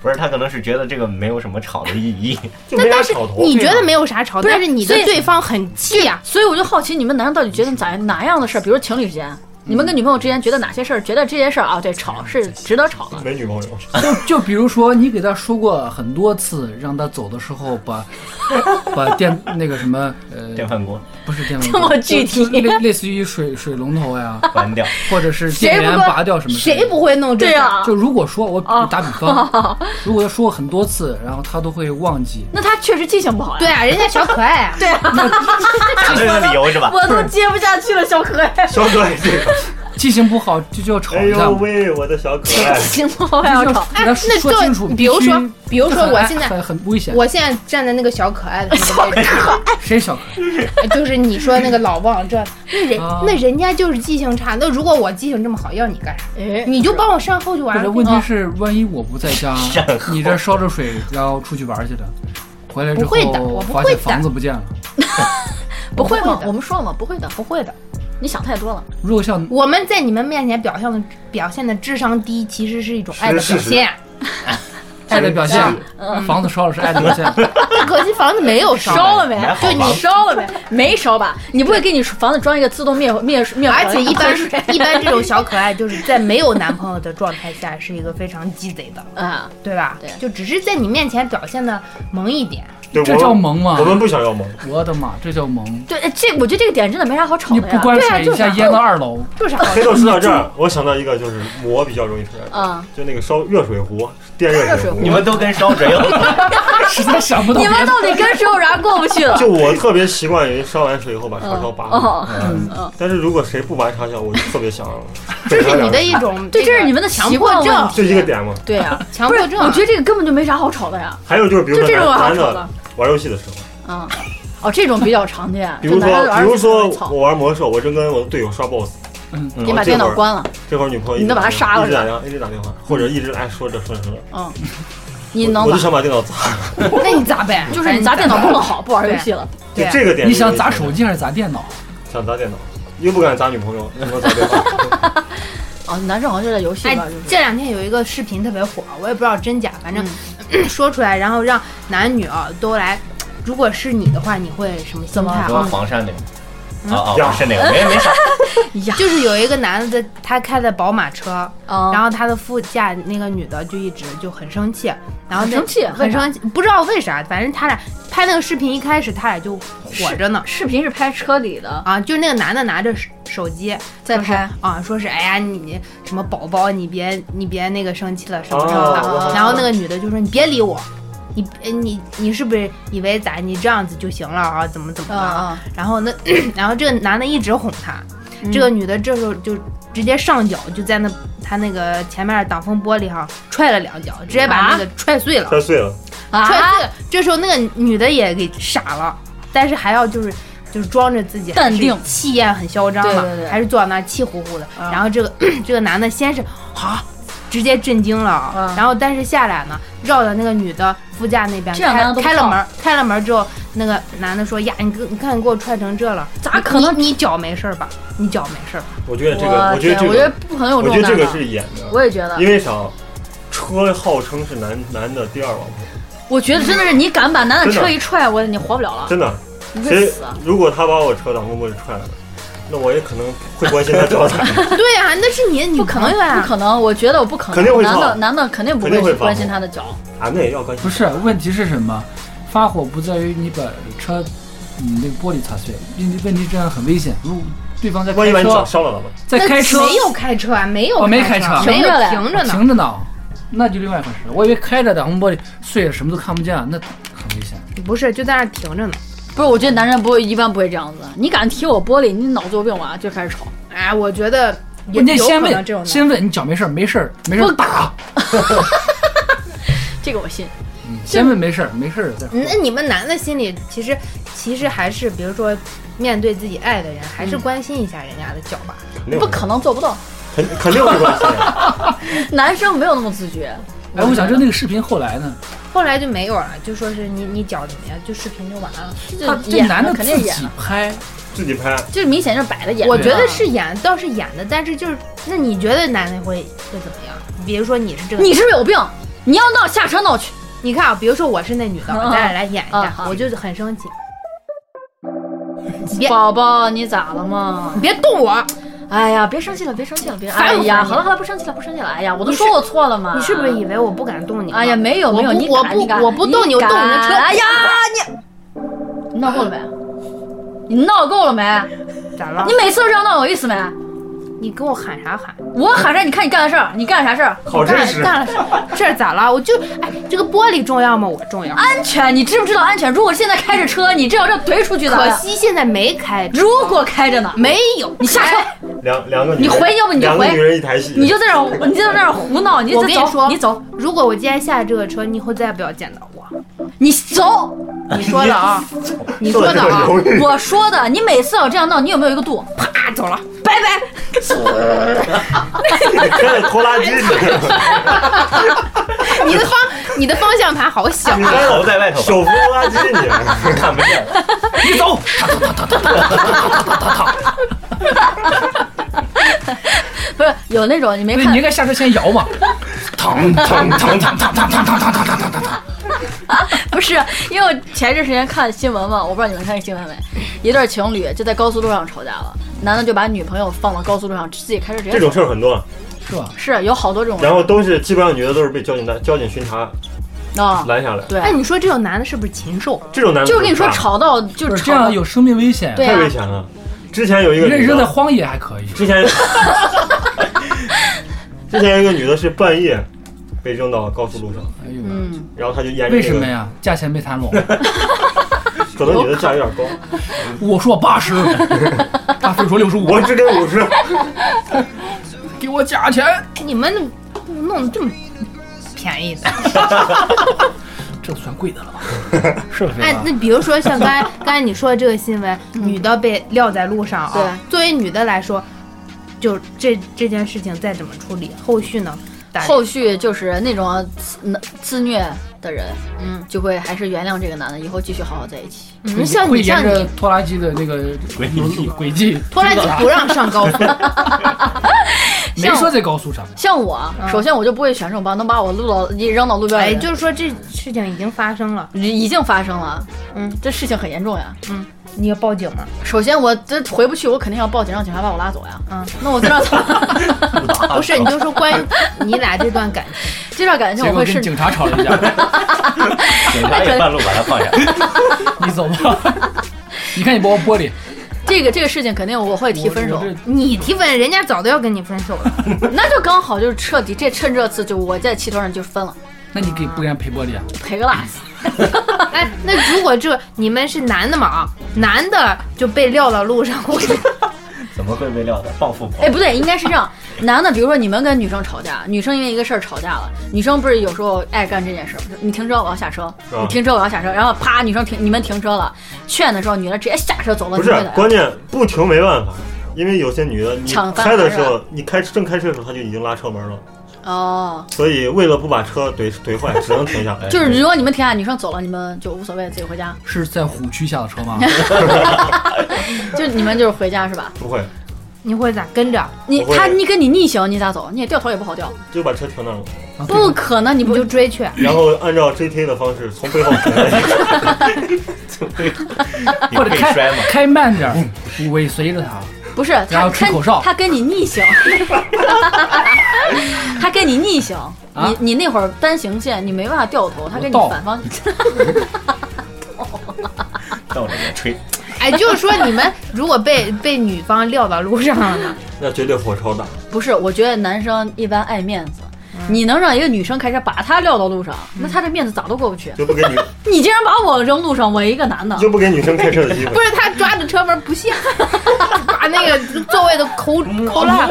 [SPEAKER 4] 不是，他可能是觉得这个没有什么吵的意义。 [LAUGHS]
[SPEAKER 1] 就
[SPEAKER 3] 但
[SPEAKER 1] 没啥
[SPEAKER 3] 但是
[SPEAKER 1] 吵头。
[SPEAKER 3] 你觉得没有啥吵，
[SPEAKER 5] 是
[SPEAKER 3] 但是你的
[SPEAKER 5] 所以
[SPEAKER 3] 对方很气呀、
[SPEAKER 5] 所以我就好奇你们男人到底觉得咋哪样的事儿，比如情侣之间，你们跟女朋友之间觉得哪些事儿，觉得这些事儿啊，对，吵是值得吵的。
[SPEAKER 1] 没女朋友，
[SPEAKER 2] 就就比如说，你给他说过很多次，让他走的时候把
[SPEAKER 5] [LAUGHS]
[SPEAKER 2] 把电那个什么
[SPEAKER 4] 电
[SPEAKER 2] 呃，
[SPEAKER 4] 饭锅
[SPEAKER 2] 不是电饭
[SPEAKER 5] 这
[SPEAKER 2] 锅，
[SPEAKER 5] 么具体
[SPEAKER 2] 就就类类似于水水龙
[SPEAKER 5] [LAUGHS]
[SPEAKER 2] 头呀，
[SPEAKER 4] 关掉，
[SPEAKER 2] 或者是
[SPEAKER 3] 谁
[SPEAKER 2] 电
[SPEAKER 3] 不
[SPEAKER 2] 源
[SPEAKER 3] 会
[SPEAKER 2] 拔掉什么之类的。
[SPEAKER 3] 谁不会弄这
[SPEAKER 5] 对
[SPEAKER 3] 事儿？
[SPEAKER 5] 啊，
[SPEAKER 2] 就如果说我
[SPEAKER 3] 哦
[SPEAKER 2] 我打比
[SPEAKER 3] [LAUGHS]
[SPEAKER 2] 方，如果他说过很多次，然后他都会忘记，
[SPEAKER 5] 那他确实记性不好呀。
[SPEAKER 3] 对啊，人家小可爱 [LAUGHS] 啊，
[SPEAKER 5] 对啊，
[SPEAKER 4] 这是理由是吧？ [LAUGHS]
[SPEAKER 5] 我都接不下去了，小可爱。
[SPEAKER 1] 小可爱这个，
[SPEAKER 2] 记性不好就就要吵
[SPEAKER 1] 哎
[SPEAKER 2] 一架
[SPEAKER 1] 呦
[SPEAKER 2] 嘛，
[SPEAKER 1] 喂，我的小可爱，
[SPEAKER 5] 行，我还
[SPEAKER 2] 就
[SPEAKER 5] 要 [LAUGHS]
[SPEAKER 2] 要
[SPEAKER 5] 吵。
[SPEAKER 2] 给他
[SPEAKER 3] 那
[SPEAKER 2] 说
[SPEAKER 3] 就
[SPEAKER 2] 清楚。
[SPEAKER 3] 比如
[SPEAKER 2] 必须
[SPEAKER 3] 说比如说
[SPEAKER 2] 这很
[SPEAKER 3] 我
[SPEAKER 2] 安
[SPEAKER 3] 现在
[SPEAKER 2] 很很危险，
[SPEAKER 3] 我现在站在那个小可爱的那
[SPEAKER 2] [LAUGHS]
[SPEAKER 3] 个位置，
[SPEAKER 2] 谁小
[SPEAKER 3] [LAUGHS] 嗯就是你说那个老忘这，那人
[SPEAKER 2] 啊
[SPEAKER 3] 那人家就是记性差。那如果我记性这么好，要你干啥？
[SPEAKER 5] 哎，
[SPEAKER 3] 你就帮我善后就完
[SPEAKER 2] 可是
[SPEAKER 3] 了。
[SPEAKER 2] 问题
[SPEAKER 3] 啊
[SPEAKER 2] 是，万一我不在家，
[SPEAKER 1] 哦
[SPEAKER 2] 你这烧着水，然后出去玩去了，回来之
[SPEAKER 3] 不会的
[SPEAKER 2] 后
[SPEAKER 3] 我不
[SPEAKER 2] 发
[SPEAKER 3] 会
[SPEAKER 2] 现
[SPEAKER 3] 的
[SPEAKER 2] 房子不见了。
[SPEAKER 5] 不会
[SPEAKER 3] 不
[SPEAKER 5] 吗
[SPEAKER 3] 会？的
[SPEAKER 5] 我们说了吗？不会的，
[SPEAKER 3] 不会的，
[SPEAKER 5] 你想太多了。
[SPEAKER 2] 如果像
[SPEAKER 3] 我们在你们面前表现的表现的智商低，其实是一种爱的表
[SPEAKER 1] 是是是
[SPEAKER 3] 现。
[SPEAKER 2] 爱的表现，
[SPEAKER 3] 嗯
[SPEAKER 2] 房子烧了是爱的表
[SPEAKER 3] [LAUGHS]
[SPEAKER 2] 现，
[SPEAKER 3] 但可惜房子没有烧，
[SPEAKER 5] 烧了没
[SPEAKER 4] 买？好
[SPEAKER 5] 就
[SPEAKER 4] 吧
[SPEAKER 5] 你烧了没？没烧吧？你不会给你房子装一个自动灭火灭灭火？
[SPEAKER 3] [LAUGHS] 而且一般
[SPEAKER 5] [LAUGHS]
[SPEAKER 3] 一般这种小可爱就是在没有男朋友的状态下是一个非常鸡贼的，
[SPEAKER 5] 啊，
[SPEAKER 3] 对吧？
[SPEAKER 5] 对
[SPEAKER 3] 就只是在你面前表现的萌一点。
[SPEAKER 1] 对，
[SPEAKER 2] 这
[SPEAKER 1] 我
[SPEAKER 2] 叫萌吗
[SPEAKER 1] 我们不想要萌，
[SPEAKER 2] 我的妈，这叫萌！
[SPEAKER 5] 对，哎这我觉得这个点真的没啥好吵
[SPEAKER 2] 你
[SPEAKER 5] 的
[SPEAKER 2] 不
[SPEAKER 5] 呀。
[SPEAKER 2] 关
[SPEAKER 3] 对啊
[SPEAKER 2] 水一
[SPEAKER 3] 就是
[SPEAKER 2] 下淹到二楼，
[SPEAKER 1] [LAUGHS]
[SPEAKER 3] 就是
[SPEAKER 1] 黑豆说到这儿，我想到一个，就是我比较容易出现，
[SPEAKER 5] 啊，
[SPEAKER 1] 就那个烧热水壶，电热水壶，
[SPEAKER 4] 你们都跟烧水有
[SPEAKER 2] 实在想不到
[SPEAKER 5] 你
[SPEAKER 2] 别
[SPEAKER 5] 们
[SPEAKER 2] 的。
[SPEAKER 5] 到底跟谁有啥过不去了？
[SPEAKER 1] 就我特别习惯于烧完水以后把叉烧拔了，
[SPEAKER 5] 嗯哦，
[SPEAKER 1] 但是如果谁不拔叉烧，我就特别想，
[SPEAKER 5] [LAUGHS]
[SPEAKER 3] 这是你的一种，
[SPEAKER 5] 对，这
[SPEAKER 3] 个
[SPEAKER 5] 是你们的
[SPEAKER 3] 强
[SPEAKER 5] 习
[SPEAKER 3] 迫
[SPEAKER 5] 惯问
[SPEAKER 3] 症，
[SPEAKER 5] 题。
[SPEAKER 1] 就一个点嘛。
[SPEAKER 5] [LAUGHS] 对啊呀，
[SPEAKER 3] 强
[SPEAKER 5] 不
[SPEAKER 3] 迫
[SPEAKER 5] 是，
[SPEAKER 3] 症。
[SPEAKER 5] 我觉得这个根本就没啥好吵的呀。
[SPEAKER 1] 还有就是，比如
[SPEAKER 5] 就这
[SPEAKER 1] 说
[SPEAKER 5] 种好
[SPEAKER 1] 男男
[SPEAKER 5] 吵
[SPEAKER 1] 的
[SPEAKER 5] 的，
[SPEAKER 1] 玩游戏的时候，
[SPEAKER 5] 嗯，哦，这种比较常见。
[SPEAKER 1] 比如
[SPEAKER 5] 就拿着
[SPEAKER 1] 说比
[SPEAKER 5] 耳
[SPEAKER 1] 如
[SPEAKER 5] 机
[SPEAKER 1] 说
[SPEAKER 5] 吵
[SPEAKER 1] 我玩魔兽，我正跟我的队友刷 BOSS，
[SPEAKER 2] 嗯
[SPEAKER 5] 你把
[SPEAKER 1] 这
[SPEAKER 5] 电
[SPEAKER 1] 会
[SPEAKER 5] 脑
[SPEAKER 1] 儿
[SPEAKER 5] 关了，
[SPEAKER 1] 这会儿女朋友一
[SPEAKER 5] 你都
[SPEAKER 1] 直
[SPEAKER 5] 把他杀了
[SPEAKER 1] 一直打电话，一直打电话，或者一直哎说着说着说着，
[SPEAKER 5] 嗯，你能
[SPEAKER 1] 我
[SPEAKER 5] 把
[SPEAKER 1] 就想把电脑砸了。 [LAUGHS]
[SPEAKER 3] 那你咋办？
[SPEAKER 5] [LAUGHS] 就是你砸电脑不能好，不玩游戏了。
[SPEAKER 1] 就
[SPEAKER 3] 对
[SPEAKER 1] 这个点，
[SPEAKER 2] 你想砸手？机还是砸电脑？
[SPEAKER 1] 想砸电脑，又不敢砸
[SPEAKER 5] [LAUGHS]
[SPEAKER 1] 女朋友，只能砸电脑。
[SPEAKER 5] 哦，男生好像就在游戏
[SPEAKER 3] 哎
[SPEAKER 5] 吧，就是。嗯
[SPEAKER 3] 这两天有一个视频特别火，我也不知道真假，反正、说出来，然后让男女啊都来。如果是你的话，你会什么心态
[SPEAKER 4] 说
[SPEAKER 3] 啊？
[SPEAKER 4] 防晒那个，啊啊，
[SPEAKER 1] 呀
[SPEAKER 4] 不是那个，没没啥，
[SPEAKER 3] 就是有一个男的，他开的宝马车，
[SPEAKER 5] 嗯
[SPEAKER 3] 然后他的副驾那个女的就一直就很生气，然后
[SPEAKER 5] 很
[SPEAKER 3] 那
[SPEAKER 5] 生气为
[SPEAKER 3] 很
[SPEAKER 5] 啥
[SPEAKER 3] 生气，不知道为啥，反正他俩拍那个视频一开始他俩就火着呢。
[SPEAKER 5] 视频是拍车里的，
[SPEAKER 3] 啊，就是那个男的拿着手手机
[SPEAKER 5] 在
[SPEAKER 3] 说是
[SPEAKER 5] 拍
[SPEAKER 3] 啊，说是哎呀你什么宝宝，你别你别那个生气了什么什么的、
[SPEAKER 1] 哦
[SPEAKER 3] 然后那个女的就说你别理我，你呃你你是不是以为咋你这样子就行了啊？怎么怎么的啊？
[SPEAKER 5] 啊
[SPEAKER 3] 然后那 [CLEARS THROAT] 然后这个男的一直哄她，这个女的这时候就直接上脚就在那他那个前面的挡风玻璃上踹了两脚，直接把那个踹碎了。
[SPEAKER 1] 摔碎了，
[SPEAKER 3] 踹
[SPEAKER 5] 啊！
[SPEAKER 3] 碎了，这时候那个女的也给傻了，但是还要就是就是装着自己
[SPEAKER 5] 淡定
[SPEAKER 3] 还是气焰很嚣张嘛，
[SPEAKER 5] 对对对
[SPEAKER 3] 还是坐在那儿气呼呼的。
[SPEAKER 5] 啊
[SPEAKER 3] 然后这个 [COUGHS] 这个男的先是啊，直接震惊了，
[SPEAKER 5] 啊
[SPEAKER 3] 然后但是下来呢，绕到那个女的副驾那边
[SPEAKER 5] 这两个人都不
[SPEAKER 3] 开开了
[SPEAKER 5] 靠
[SPEAKER 3] 门，开了门之后，那个男的说呀，你给你看你给我踹成这了，
[SPEAKER 5] 咋
[SPEAKER 3] 你
[SPEAKER 5] 可能
[SPEAKER 3] 你你脚没事儿吧？你脚没事儿吧？
[SPEAKER 1] 我觉得这个，
[SPEAKER 5] 我
[SPEAKER 1] 我觉得
[SPEAKER 5] 天
[SPEAKER 1] 这
[SPEAKER 5] 我觉得
[SPEAKER 1] 个，
[SPEAKER 5] 不可能有
[SPEAKER 1] 我
[SPEAKER 5] 这
[SPEAKER 1] 觉
[SPEAKER 5] 种
[SPEAKER 1] 得这
[SPEAKER 5] 男的。
[SPEAKER 1] 个是演的，
[SPEAKER 5] 我也觉得
[SPEAKER 1] 因，为啥？车号称是男男的第二王牌，
[SPEAKER 5] 我觉得真的是你敢把男的
[SPEAKER 1] 真的
[SPEAKER 5] 车一踹，我你活不了了，
[SPEAKER 1] 真的。
[SPEAKER 5] 你啊会
[SPEAKER 1] 谁
[SPEAKER 5] 死。啊
[SPEAKER 1] 如果他把我车挡风玻璃踹了，那我也可能会关心他
[SPEAKER 5] [LAUGHS]
[SPEAKER 1] 找他，
[SPEAKER 3] [LAUGHS] 对呀、那是你的女
[SPEAKER 5] 不可
[SPEAKER 3] 朋
[SPEAKER 5] 能
[SPEAKER 3] 友，
[SPEAKER 2] 啊
[SPEAKER 3] 啊呀、
[SPEAKER 5] 不可能！我觉得我不可能。
[SPEAKER 1] 肯定会
[SPEAKER 5] 男
[SPEAKER 1] 撞
[SPEAKER 5] 的，男的肯定不
[SPEAKER 1] 肯定
[SPEAKER 5] 去
[SPEAKER 1] 会撞
[SPEAKER 5] 关心他的脚。
[SPEAKER 1] 俺啊们也要关心
[SPEAKER 2] 不。是，问题是什么？发火不在于你把车，你那个玻璃擦碎，问题问题这样很危险。如果对方在
[SPEAKER 1] 万一把
[SPEAKER 2] 开
[SPEAKER 1] 你
[SPEAKER 2] 车
[SPEAKER 1] 脚，烧了咋办？
[SPEAKER 2] 在开车
[SPEAKER 3] 没有开车啊，没有
[SPEAKER 2] 哦没开
[SPEAKER 3] 车，
[SPEAKER 2] 车
[SPEAKER 3] 没有
[SPEAKER 5] 停着嘞
[SPEAKER 3] 停着呢。
[SPEAKER 2] 停着呢，那就另外一回事。我以为开着挡风玻璃碎了，什么都看不见，那很危险。
[SPEAKER 3] 不是，就在那儿停着呢。
[SPEAKER 5] 不是，我觉得男人不会，一般不会这样子。你敢踢我玻璃，你脑子有病吧？就开始吵。
[SPEAKER 3] 哎，我觉得也
[SPEAKER 2] 你得
[SPEAKER 3] 有可
[SPEAKER 2] 先
[SPEAKER 3] 能这种
[SPEAKER 2] 问，
[SPEAKER 3] 的。
[SPEAKER 2] 先问你脚没事儿，没事儿，没事
[SPEAKER 5] 不
[SPEAKER 2] 儿打。
[SPEAKER 5] 这个我信。
[SPEAKER 2] 先问没事儿，没事儿再说。
[SPEAKER 3] 嗯那你们男的心里其实其实还是，比如说面对自己爱的人，还是关心一下人家的脚吧。
[SPEAKER 1] 肯定
[SPEAKER 5] 不可能做不到，
[SPEAKER 1] 肯肯定会关心。啊
[SPEAKER 5] 男生没有那么自觉。
[SPEAKER 2] 哎，我想知道那个视频后来呢？
[SPEAKER 3] 后来就没有了，就说是你你脚怎么样，就视频就完了。
[SPEAKER 5] 就
[SPEAKER 2] 他这
[SPEAKER 5] 演
[SPEAKER 2] 男的
[SPEAKER 5] 肯
[SPEAKER 2] 自
[SPEAKER 5] 定
[SPEAKER 2] 己
[SPEAKER 5] 演了，
[SPEAKER 2] 拍，
[SPEAKER 1] 自己拍，
[SPEAKER 5] 就是明显就是摆的啊演。
[SPEAKER 3] 我觉得是演，倒是演的，但是就是那你觉得男的会会怎么样？比如说你是这个，
[SPEAKER 5] 你是不是有病？你要闹下车闹去。
[SPEAKER 3] 你看啊，比如说我是那女的，
[SPEAKER 5] 嗯
[SPEAKER 3] 咱俩来演一
[SPEAKER 5] 嗯
[SPEAKER 3] 下，
[SPEAKER 5] 好
[SPEAKER 3] 我就很生气。你别
[SPEAKER 5] 宝宝，你咋了嘛？
[SPEAKER 3] 你别动我，
[SPEAKER 5] 哎呀，别生气了，别生气了，别
[SPEAKER 3] 烦
[SPEAKER 5] 哎
[SPEAKER 3] 不
[SPEAKER 5] 呀，
[SPEAKER 3] 烦你
[SPEAKER 5] 好了好了，不生气了，不生气了。哎呀，我都
[SPEAKER 3] 你
[SPEAKER 5] 说
[SPEAKER 3] 是
[SPEAKER 5] 我错了嘛。
[SPEAKER 3] 你是不是以为我不敢动你？
[SPEAKER 5] 哎呀，没有没有，
[SPEAKER 3] 我不
[SPEAKER 5] 你
[SPEAKER 3] 我
[SPEAKER 5] 敢
[SPEAKER 3] 不
[SPEAKER 5] 你敢
[SPEAKER 3] 我不动你我动你的车
[SPEAKER 5] 敢哎呀，你你闹够了没？你闹够了没？
[SPEAKER 3] 咋了
[SPEAKER 5] 你？每次都这样闹，有意思没？
[SPEAKER 3] 你跟我喊啥喊？
[SPEAKER 5] 我喊啥？你看你干的事儿，你干啥事儿？
[SPEAKER 1] 好真实。
[SPEAKER 3] 干了干了事儿咋了？我就哎，这个玻璃重要吗？我重要。
[SPEAKER 5] 安全，你知不知道安全？如果现在开着车，你这样这样怼出去的。
[SPEAKER 3] 可惜哎现在没开，
[SPEAKER 5] 如果开着呢，
[SPEAKER 3] 没有。
[SPEAKER 5] 你下车，
[SPEAKER 1] 两两个女人，
[SPEAKER 5] 你回要不你就
[SPEAKER 1] 两个
[SPEAKER 5] 回
[SPEAKER 1] 女人一台戏，
[SPEAKER 5] 你
[SPEAKER 1] [LAUGHS]
[SPEAKER 5] 就在那儿，你就在那儿胡闹，你就
[SPEAKER 3] 我跟你
[SPEAKER 5] 走，
[SPEAKER 3] 说
[SPEAKER 5] 你走，
[SPEAKER 3] 如果我今天下了这个车，你以后再也不要见到我。 [LAUGHS]
[SPEAKER 5] 你走。
[SPEAKER 1] 哎
[SPEAKER 3] 你说的啊，你说
[SPEAKER 1] 做
[SPEAKER 3] 的
[SPEAKER 1] 这
[SPEAKER 3] 啊
[SPEAKER 1] 个，犹豫，
[SPEAKER 5] 我说的，你每次老这样闹，你有没有一个度？
[SPEAKER 3] 啪走了。
[SPEAKER 5] 拜拜。
[SPEAKER 1] 开始拖拉机，你
[SPEAKER 5] [LAUGHS]
[SPEAKER 3] 你的方你的方向盘好小
[SPEAKER 1] 哎
[SPEAKER 3] 啊。
[SPEAKER 4] 头在外头吧，
[SPEAKER 1] 手扶拖拉机，
[SPEAKER 5] [LAUGHS]
[SPEAKER 1] 你
[SPEAKER 4] [LAUGHS] 看不见。你走，
[SPEAKER 5] 不是有那种你没
[SPEAKER 2] 对，
[SPEAKER 5] 看
[SPEAKER 2] 你应该下车先摇嘛，腾腾腾腾腾腾腾腾腾腾腾腾腾，
[SPEAKER 5] 不是，因为我前一段时间看新闻嘛，我不知道你们看新闻没？一对情侣就在高速路上吵架了，男的就把女朋友放到高速路上，自己开车直接
[SPEAKER 1] 这种事儿很多，啊
[SPEAKER 2] 是吧？
[SPEAKER 5] 是有好多这种
[SPEAKER 1] 然后都是基本上女的都是被交警的交警巡查
[SPEAKER 5] 啊、
[SPEAKER 1] 拦下来，
[SPEAKER 5] 对
[SPEAKER 3] 哎，，你说这种男的是不是禽兽？
[SPEAKER 1] 这种男的
[SPEAKER 5] 就是跟你
[SPEAKER 1] 很
[SPEAKER 5] 说
[SPEAKER 1] 大
[SPEAKER 5] 吵到就
[SPEAKER 2] 不
[SPEAKER 5] 是
[SPEAKER 2] 是这
[SPEAKER 5] 吵到
[SPEAKER 2] 样有生命危险，
[SPEAKER 5] 对
[SPEAKER 1] 太危
[SPEAKER 5] 啊，
[SPEAKER 1] 险了。之前有一个
[SPEAKER 2] 扔
[SPEAKER 1] 女
[SPEAKER 2] 扔在
[SPEAKER 1] 的，
[SPEAKER 2] 荒野还可以。
[SPEAKER 1] 之前之前有一个女的是半夜被扔到高速路上，
[SPEAKER 2] 哎呦，
[SPEAKER 5] 嗯，
[SPEAKER 1] 然后她就沿着
[SPEAKER 2] 为
[SPEAKER 1] 那
[SPEAKER 2] 什么
[SPEAKER 1] 个，
[SPEAKER 2] 呀？价钱没谈拢。 [LAUGHS]
[SPEAKER 1] 可能女的价有点高，
[SPEAKER 2] 我说八 [LAUGHS] 十，大飞说六十五
[SPEAKER 1] 我，只给五十，
[SPEAKER 2] 给我价钱。
[SPEAKER 3] 你们弄得这么便宜的？
[SPEAKER 2] 这算贵的了吧？ [LAUGHS] 嗯是不是
[SPEAKER 3] 哎，那比如说像
[SPEAKER 2] [LAUGHS]
[SPEAKER 3] 刚才刚才你说的这个新闻，女的被撂在路上啊，作为女的来说，就这这件事情再怎么处理，后续呢？打
[SPEAKER 5] 后续就是那种自自虐的人，
[SPEAKER 3] 嗯，
[SPEAKER 5] 就会还是原谅这个男的，以后继续好好在一起。
[SPEAKER 3] 嗯，像
[SPEAKER 2] 会
[SPEAKER 3] 你像
[SPEAKER 2] 沿着
[SPEAKER 3] 你
[SPEAKER 2] 拖拉机的那个轨迹轨迹，
[SPEAKER 3] 拖拉机不让
[SPEAKER 2] [LAUGHS]
[SPEAKER 3] 上高速，
[SPEAKER 2] 没说在高速上。
[SPEAKER 5] 像我，首先我就不会选这种帮能把我录到一扔到路边的
[SPEAKER 3] 嗯哎，
[SPEAKER 5] 人，
[SPEAKER 3] 就是说这事情已经发生了，
[SPEAKER 5] 已经发生了，
[SPEAKER 3] 嗯，
[SPEAKER 5] 这事情很严重呀。
[SPEAKER 3] 你要报警吗？
[SPEAKER 5] 首先我这回不去，我肯定要报警，让警察把我拉走呀。
[SPEAKER 3] 嗯，
[SPEAKER 5] 那我这段
[SPEAKER 3] [LAUGHS] 不是，你就说关于
[SPEAKER 2] [LAUGHS]
[SPEAKER 3] 你俩这段感情，
[SPEAKER 5] 这段感情
[SPEAKER 2] 结
[SPEAKER 5] 我
[SPEAKER 2] 果
[SPEAKER 5] 会
[SPEAKER 2] 跟
[SPEAKER 5] 是
[SPEAKER 2] 警察吵了一架，
[SPEAKER 4] 警察也半路把他放下。
[SPEAKER 2] 你走吧。 [LAUGHS] 你看你把我玻璃，
[SPEAKER 5] 这个这个事情肯定我会提分手
[SPEAKER 2] 我，这
[SPEAKER 3] 你提分，人家早都要跟你分手了。
[SPEAKER 5] [LAUGHS] 那就刚好就是彻底这趁这次就我在气头上就分了，
[SPEAKER 2] 那你给不给人赔玻璃啊？
[SPEAKER 5] 赔个辣死。
[SPEAKER 3] 哎，那如果这你们是男的嘛啊，男的就被撂到路上，我
[SPEAKER 4] 怎么会被撂的？报
[SPEAKER 2] 嗯
[SPEAKER 4] 复
[SPEAKER 5] 哎，不对，应该是这样， [LAUGHS] 男的比如说你们跟女生吵架，女生因为一个事儿吵架了，女生不是有时候爱干这件事儿，你停车我要下车，
[SPEAKER 1] 啊
[SPEAKER 5] 你停车我要下车，然后啪女生停你们停车了，劝的时候女的直接下车走了，
[SPEAKER 1] 不
[SPEAKER 5] 你
[SPEAKER 1] 是
[SPEAKER 5] 会的，
[SPEAKER 1] 关键不停没办法。因为有些女的，你
[SPEAKER 5] 抢翻
[SPEAKER 1] 开的时
[SPEAKER 5] 是
[SPEAKER 1] 候，你开正开车的时候，她就已经拉车门了，
[SPEAKER 5] 哦，
[SPEAKER 1] 所以为了不把车怼怼坏，只能停下来。
[SPEAKER 5] 就是如果你们停下，女生走了，你们就无所谓，自己回家，
[SPEAKER 2] 是在虎区下的车吗？
[SPEAKER 5] 就你们就是回家是吧？
[SPEAKER 1] 不会，
[SPEAKER 3] 你会咋跟着？
[SPEAKER 5] 你
[SPEAKER 1] 不会
[SPEAKER 5] 他你跟你逆行，你咋走？你也掉头也不好掉，
[SPEAKER 1] 就把车停那儿了，
[SPEAKER 2] 啊
[SPEAKER 5] 不，可能，你
[SPEAKER 3] 你
[SPEAKER 5] 不
[SPEAKER 3] 就追去。
[SPEAKER 1] 然后按照 GTA 的方式从背后停下来。
[SPEAKER 4] 你会
[SPEAKER 2] 开
[SPEAKER 4] 摔吗？
[SPEAKER 2] 开慢点儿，尾随着他。
[SPEAKER 5] 不是
[SPEAKER 2] 然
[SPEAKER 5] 他
[SPEAKER 2] 后吃
[SPEAKER 5] 跟
[SPEAKER 2] 口哨
[SPEAKER 5] 他跟你逆
[SPEAKER 2] [LAUGHS]
[SPEAKER 5] 行，他跟你逆行，
[SPEAKER 2] 啊
[SPEAKER 5] 你你那会儿单行线你没办法掉头，他跟你
[SPEAKER 2] 我倒
[SPEAKER 5] 反方，
[SPEAKER 4] 倒着也吹。
[SPEAKER 3] 哎，就是说你们如果被被女方撂到路上了呢，
[SPEAKER 1] 那绝对火超大。
[SPEAKER 5] 不是，我觉得男生一般爱面子。
[SPEAKER 2] 嗯
[SPEAKER 5] 你能让一个女生开车把他撂到路上，那他这面子咋都过不去。
[SPEAKER 1] 就不给女
[SPEAKER 5] 你竟然把我扔路上，我一个男的，
[SPEAKER 1] 就不给女生开车的机
[SPEAKER 3] 不
[SPEAKER 1] 会。
[SPEAKER 3] 是他抓着车门不下，把那个座位都抠抠
[SPEAKER 4] 嗯
[SPEAKER 3] 烂。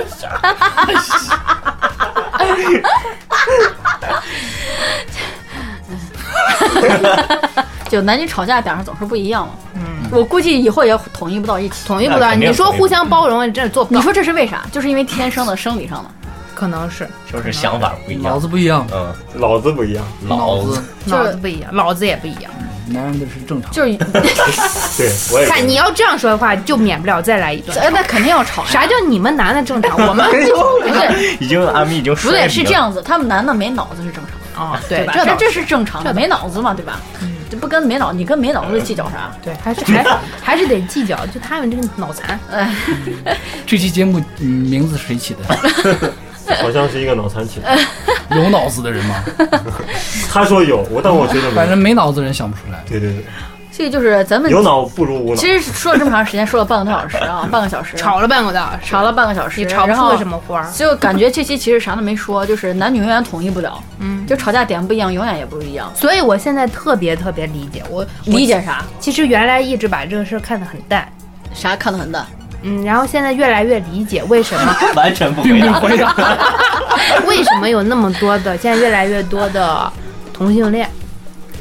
[SPEAKER 5] 就男女吵架点儿上总是不一样嘛。我估计以后也统一不到一起。
[SPEAKER 3] 统一不到，
[SPEAKER 4] 那肯定
[SPEAKER 3] 你说互相包容，你真是做不
[SPEAKER 5] 你
[SPEAKER 3] 到。
[SPEAKER 5] 说这是为啥？就是因为天生的生理上的。
[SPEAKER 3] 可能是
[SPEAKER 4] 就是想法不一
[SPEAKER 2] 老
[SPEAKER 4] 样。
[SPEAKER 2] 子不一样，
[SPEAKER 4] 嗯，
[SPEAKER 1] 老子不一样， [LAUGHS]
[SPEAKER 2] 老
[SPEAKER 4] 子
[SPEAKER 2] 子
[SPEAKER 5] 就是
[SPEAKER 3] 脑子不一样，老子也不一样。
[SPEAKER 2] 男人的是正常。
[SPEAKER 5] 就是， [LAUGHS]
[SPEAKER 1] 对我也
[SPEAKER 3] 看你要这样说的话，就免不了再来一顿。
[SPEAKER 5] 哎，那肯定要吵呀。
[SPEAKER 3] 啥叫你们男的正常？我 [LAUGHS] 们
[SPEAKER 5] 不对，
[SPEAKER 4] 已经阿咪已经
[SPEAKER 5] 不
[SPEAKER 4] 摔
[SPEAKER 5] 对，
[SPEAKER 4] 你
[SPEAKER 5] 是
[SPEAKER 4] 了
[SPEAKER 5] 这。样子，他们男的没脑子是正常的，嗯
[SPEAKER 3] 啊，对
[SPEAKER 5] 吧？
[SPEAKER 3] 这
[SPEAKER 5] 这
[SPEAKER 3] 倒
[SPEAKER 5] 这是正常的，没脑子嘛，对吧？这不跟没脑，你跟没脑子计较啥？
[SPEAKER 3] 对，还是还是还是得计较，就他们这个脑残，
[SPEAKER 2] 这期节目嗯名字谁起的？
[SPEAKER 1] 好像是一个脑残起的。
[SPEAKER 2] 有脑子的人吗？
[SPEAKER 1] 他说有，我但我觉得
[SPEAKER 2] 反
[SPEAKER 1] 没有
[SPEAKER 2] 正。没脑子的人想不出来。
[SPEAKER 1] 对对
[SPEAKER 5] 所以就是咱们
[SPEAKER 1] 对，有脑不如无脑
[SPEAKER 5] 其。实说了这么长时间，说了半个多小时 [LAUGHS] 啊，半个小时
[SPEAKER 3] 吵了半个多小时，
[SPEAKER 5] 吵了半个小时，
[SPEAKER 3] 也吵不
[SPEAKER 5] 然
[SPEAKER 3] 出
[SPEAKER 5] 后
[SPEAKER 3] 个什么花儿。
[SPEAKER 5] 就感觉这期其实啥都没说，就是男女永远统一不了，嗯，就吵架点不一样，永远也不一样。
[SPEAKER 3] 所以我现在特别特别理解，我
[SPEAKER 5] 理解啥？
[SPEAKER 3] 其实原来一直把这个事儿看得很淡，
[SPEAKER 5] 啥看得很淡？
[SPEAKER 3] 嗯，然后现在越来越理解为什么
[SPEAKER 5] [LAUGHS]
[SPEAKER 4] 完全不回答。
[SPEAKER 2] 回答。
[SPEAKER 3] 为什么有那么多的，现在越来越多的同性恋，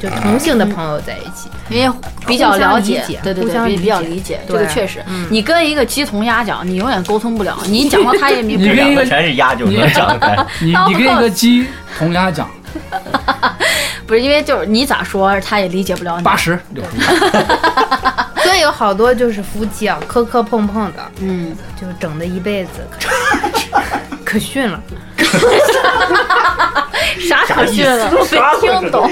[SPEAKER 3] 就同性的朋友在一起，
[SPEAKER 5] 因为比较了解，
[SPEAKER 3] 互相理解
[SPEAKER 5] 对对
[SPEAKER 3] 互相
[SPEAKER 5] 对，
[SPEAKER 3] 理
[SPEAKER 5] 比比
[SPEAKER 3] 解
[SPEAKER 5] 较理解，这
[SPEAKER 3] 对
[SPEAKER 5] 个确实
[SPEAKER 3] 嗯。
[SPEAKER 5] 你跟一个鸡同鸭讲，你永远沟通不了，你讲到他也明
[SPEAKER 3] [LAUGHS]
[SPEAKER 2] 你
[SPEAKER 5] 白。
[SPEAKER 2] 跟
[SPEAKER 4] 两个全是鸭就能讲开，
[SPEAKER 2] [LAUGHS] 你你跟一个鸡同鸭讲，
[SPEAKER 5] 不是因为就是你咋说，他也理解不了你
[SPEAKER 2] 八。十六十，
[SPEAKER 3] 所以有好多就是夫妻啊磕磕碰碰的，
[SPEAKER 5] 嗯，
[SPEAKER 3] 就整的一辈子，可 [LAUGHS] 逊了。
[SPEAKER 5] [LAUGHS] 啥可训了？没听懂。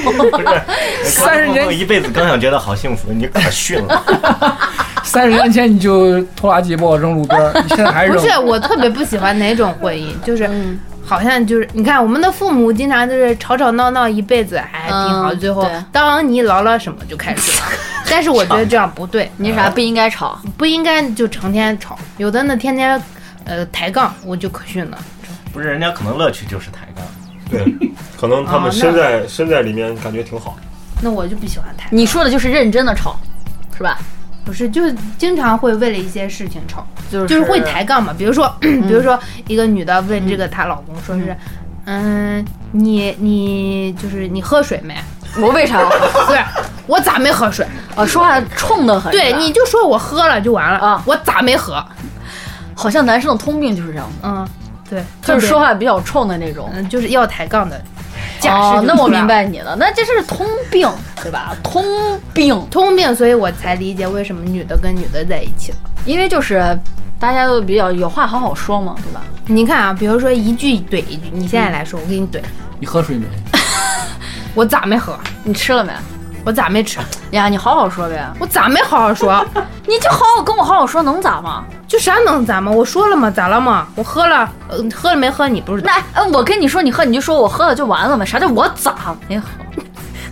[SPEAKER 4] 三十年一辈子刚想觉得好幸福，你可逊了。
[SPEAKER 2] 三十年前你就拖拉机把我扔路边儿，你现在还
[SPEAKER 3] 不
[SPEAKER 2] 扔
[SPEAKER 3] 是，，我特别不喜欢哪种婚姻，就是。
[SPEAKER 5] 嗯
[SPEAKER 3] 好像就是你看，我们的父母经常就是吵吵闹闹一辈子，还挺好。
[SPEAKER 5] 嗯
[SPEAKER 3] 最后
[SPEAKER 5] 对
[SPEAKER 3] 当你老了什么就开
[SPEAKER 5] [LAUGHS]
[SPEAKER 3] 始了，但是我觉得这样不对，
[SPEAKER 5] 你啥不应该吵？
[SPEAKER 3] 不应该就成天吵。有的那天天，呃，抬杠我就可逊了。
[SPEAKER 4] 不是，人家可能乐趣就是抬杠。
[SPEAKER 1] 对，可能
[SPEAKER 2] 哦
[SPEAKER 1] 他们身在身在里面感觉挺好。
[SPEAKER 3] 那我就不喜欢抬杠。
[SPEAKER 5] 你说的就是认真的吵，是吧？
[SPEAKER 3] 不是，就是经常会为了一些事情吵，
[SPEAKER 5] 就是嗯
[SPEAKER 3] 就是会抬杠嘛。比如说， [CLEARS THROAT] 比如说一个女的问这个她老公说是，嗯，你你就是你喝水没？
[SPEAKER 5] 我为啥要喝？
[SPEAKER 3] 不是，我咋没喝水？
[SPEAKER 5] 啊，说话冲的很。是
[SPEAKER 3] 对，
[SPEAKER 5] 吧
[SPEAKER 3] 你就说我喝了就完了
[SPEAKER 5] 哎啊
[SPEAKER 3] 我咋没喝？
[SPEAKER 5] 好像男生的通病就是这样，
[SPEAKER 3] 嗯，对，
[SPEAKER 5] 就是说
[SPEAKER 3] 特
[SPEAKER 5] 话比较冲的那种哦
[SPEAKER 3] 别，。嗯，就是要抬杠的架势、
[SPEAKER 5] 哦，那我明，白你了，那这是通病，对吧？通病，
[SPEAKER 3] 通病，所以我才理解为什么女的跟女的在一起了。
[SPEAKER 5] 因为就是大家都比较有话好好说嘛，对吧？
[SPEAKER 3] 你看啊，比如说一句怼一句，你现在来说，我给你怼，
[SPEAKER 2] 你喝水没？
[SPEAKER 3] 我咋没喝？
[SPEAKER 5] 你吃了没？啊
[SPEAKER 3] 我咋没吃？
[SPEAKER 5] 呀，你好好说呗，
[SPEAKER 3] 我咋没好好说？
[SPEAKER 5] 你就好好跟我好好说，能咋嘛？
[SPEAKER 3] 就啥能咋嘛？我说了嘛，咋了嘛？我喝了，呃、喝了没喝你 [LAUGHS] 不知道？
[SPEAKER 5] 那嗯，我跟你说，你喝你就说我喝了就完了嘛，啥叫我咋没喝？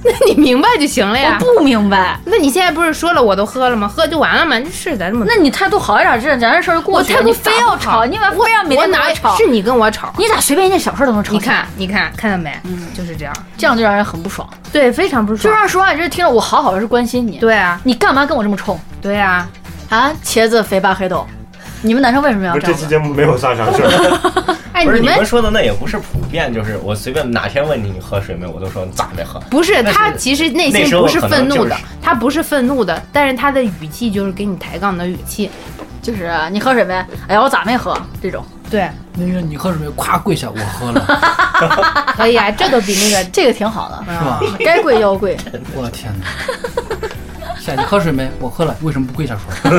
[SPEAKER 3] 那你明白就行了
[SPEAKER 5] 我
[SPEAKER 3] 哎呀。
[SPEAKER 5] 不明白。
[SPEAKER 3] 那你现在不是说了我都喝了吗？喝就完了嘛？这事咱这么
[SPEAKER 5] 那你态度好一点，这咱这事儿就过去了。
[SPEAKER 3] 我态度
[SPEAKER 5] 你非要吵，你咋非要每
[SPEAKER 3] 我
[SPEAKER 5] 天拿
[SPEAKER 3] 哪
[SPEAKER 5] 来吵？
[SPEAKER 3] 是你跟我吵？
[SPEAKER 5] 你咋随便一件小事都能吵？
[SPEAKER 3] 你，看，你看，看到没？嗯，就是这样，
[SPEAKER 5] 这样就让人很不爽。
[SPEAKER 3] 对，非常不
[SPEAKER 5] 就
[SPEAKER 3] 爽。
[SPEAKER 5] 让说话，你这听着我好好是关心你，，
[SPEAKER 3] 对啊，
[SPEAKER 5] 你干嘛跟我这么冲
[SPEAKER 3] 对啊，
[SPEAKER 5] 啊？茄子、肥八、黑豆，你们男生为什么要
[SPEAKER 1] 不是
[SPEAKER 5] 这
[SPEAKER 1] 这
[SPEAKER 5] 样
[SPEAKER 1] 期
[SPEAKER 5] 子？
[SPEAKER 1] 节目没有啥啥事儿，
[SPEAKER 3] 哎，
[SPEAKER 4] 不是
[SPEAKER 3] 你
[SPEAKER 4] 你
[SPEAKER 3] 们
[SPEAKER 4] 们说的那也不是普遍，就是我随便哪天问你你喝水没，我都说你咋没喝。
[SPEAKER 3] 不是
[SPEAKER 4] 那是
[SPEAKER 3] 他，其实内
[SPEAKER 4] 那
[SPEAKER 3] 心
[SPEAKER 4] 时候
[SPEAKER 3] 不是
[SPEAKER 4] 可能
[SPEAKER 3] 愤怒
[SPEAKER 4] 就是
[SPEAKER 3] 的，他不是愤怒的，但是他的语气就是给你抬杠的语气。
[SPEAKER 5] 就是你喝水没？哎呀，我咋没喝？这种，
[SPEAKER 3] 对，
[SPEAKER 2] 那个你喝水没？咵跪下，我喝了。
[SPEAKER 3] 可以啊，这个比
[SPEAKER 4] [LAUGHS]
[SPEAKER 3] 那个
[SPEAKER 5] 这个挺好的，
[SPEAKER 2] 是吧？
[SPEAKER 5] 该跪要跪。
[SPEAKER 2] 我的天哪！下你喝水没？我喝了，为什么不跪下说？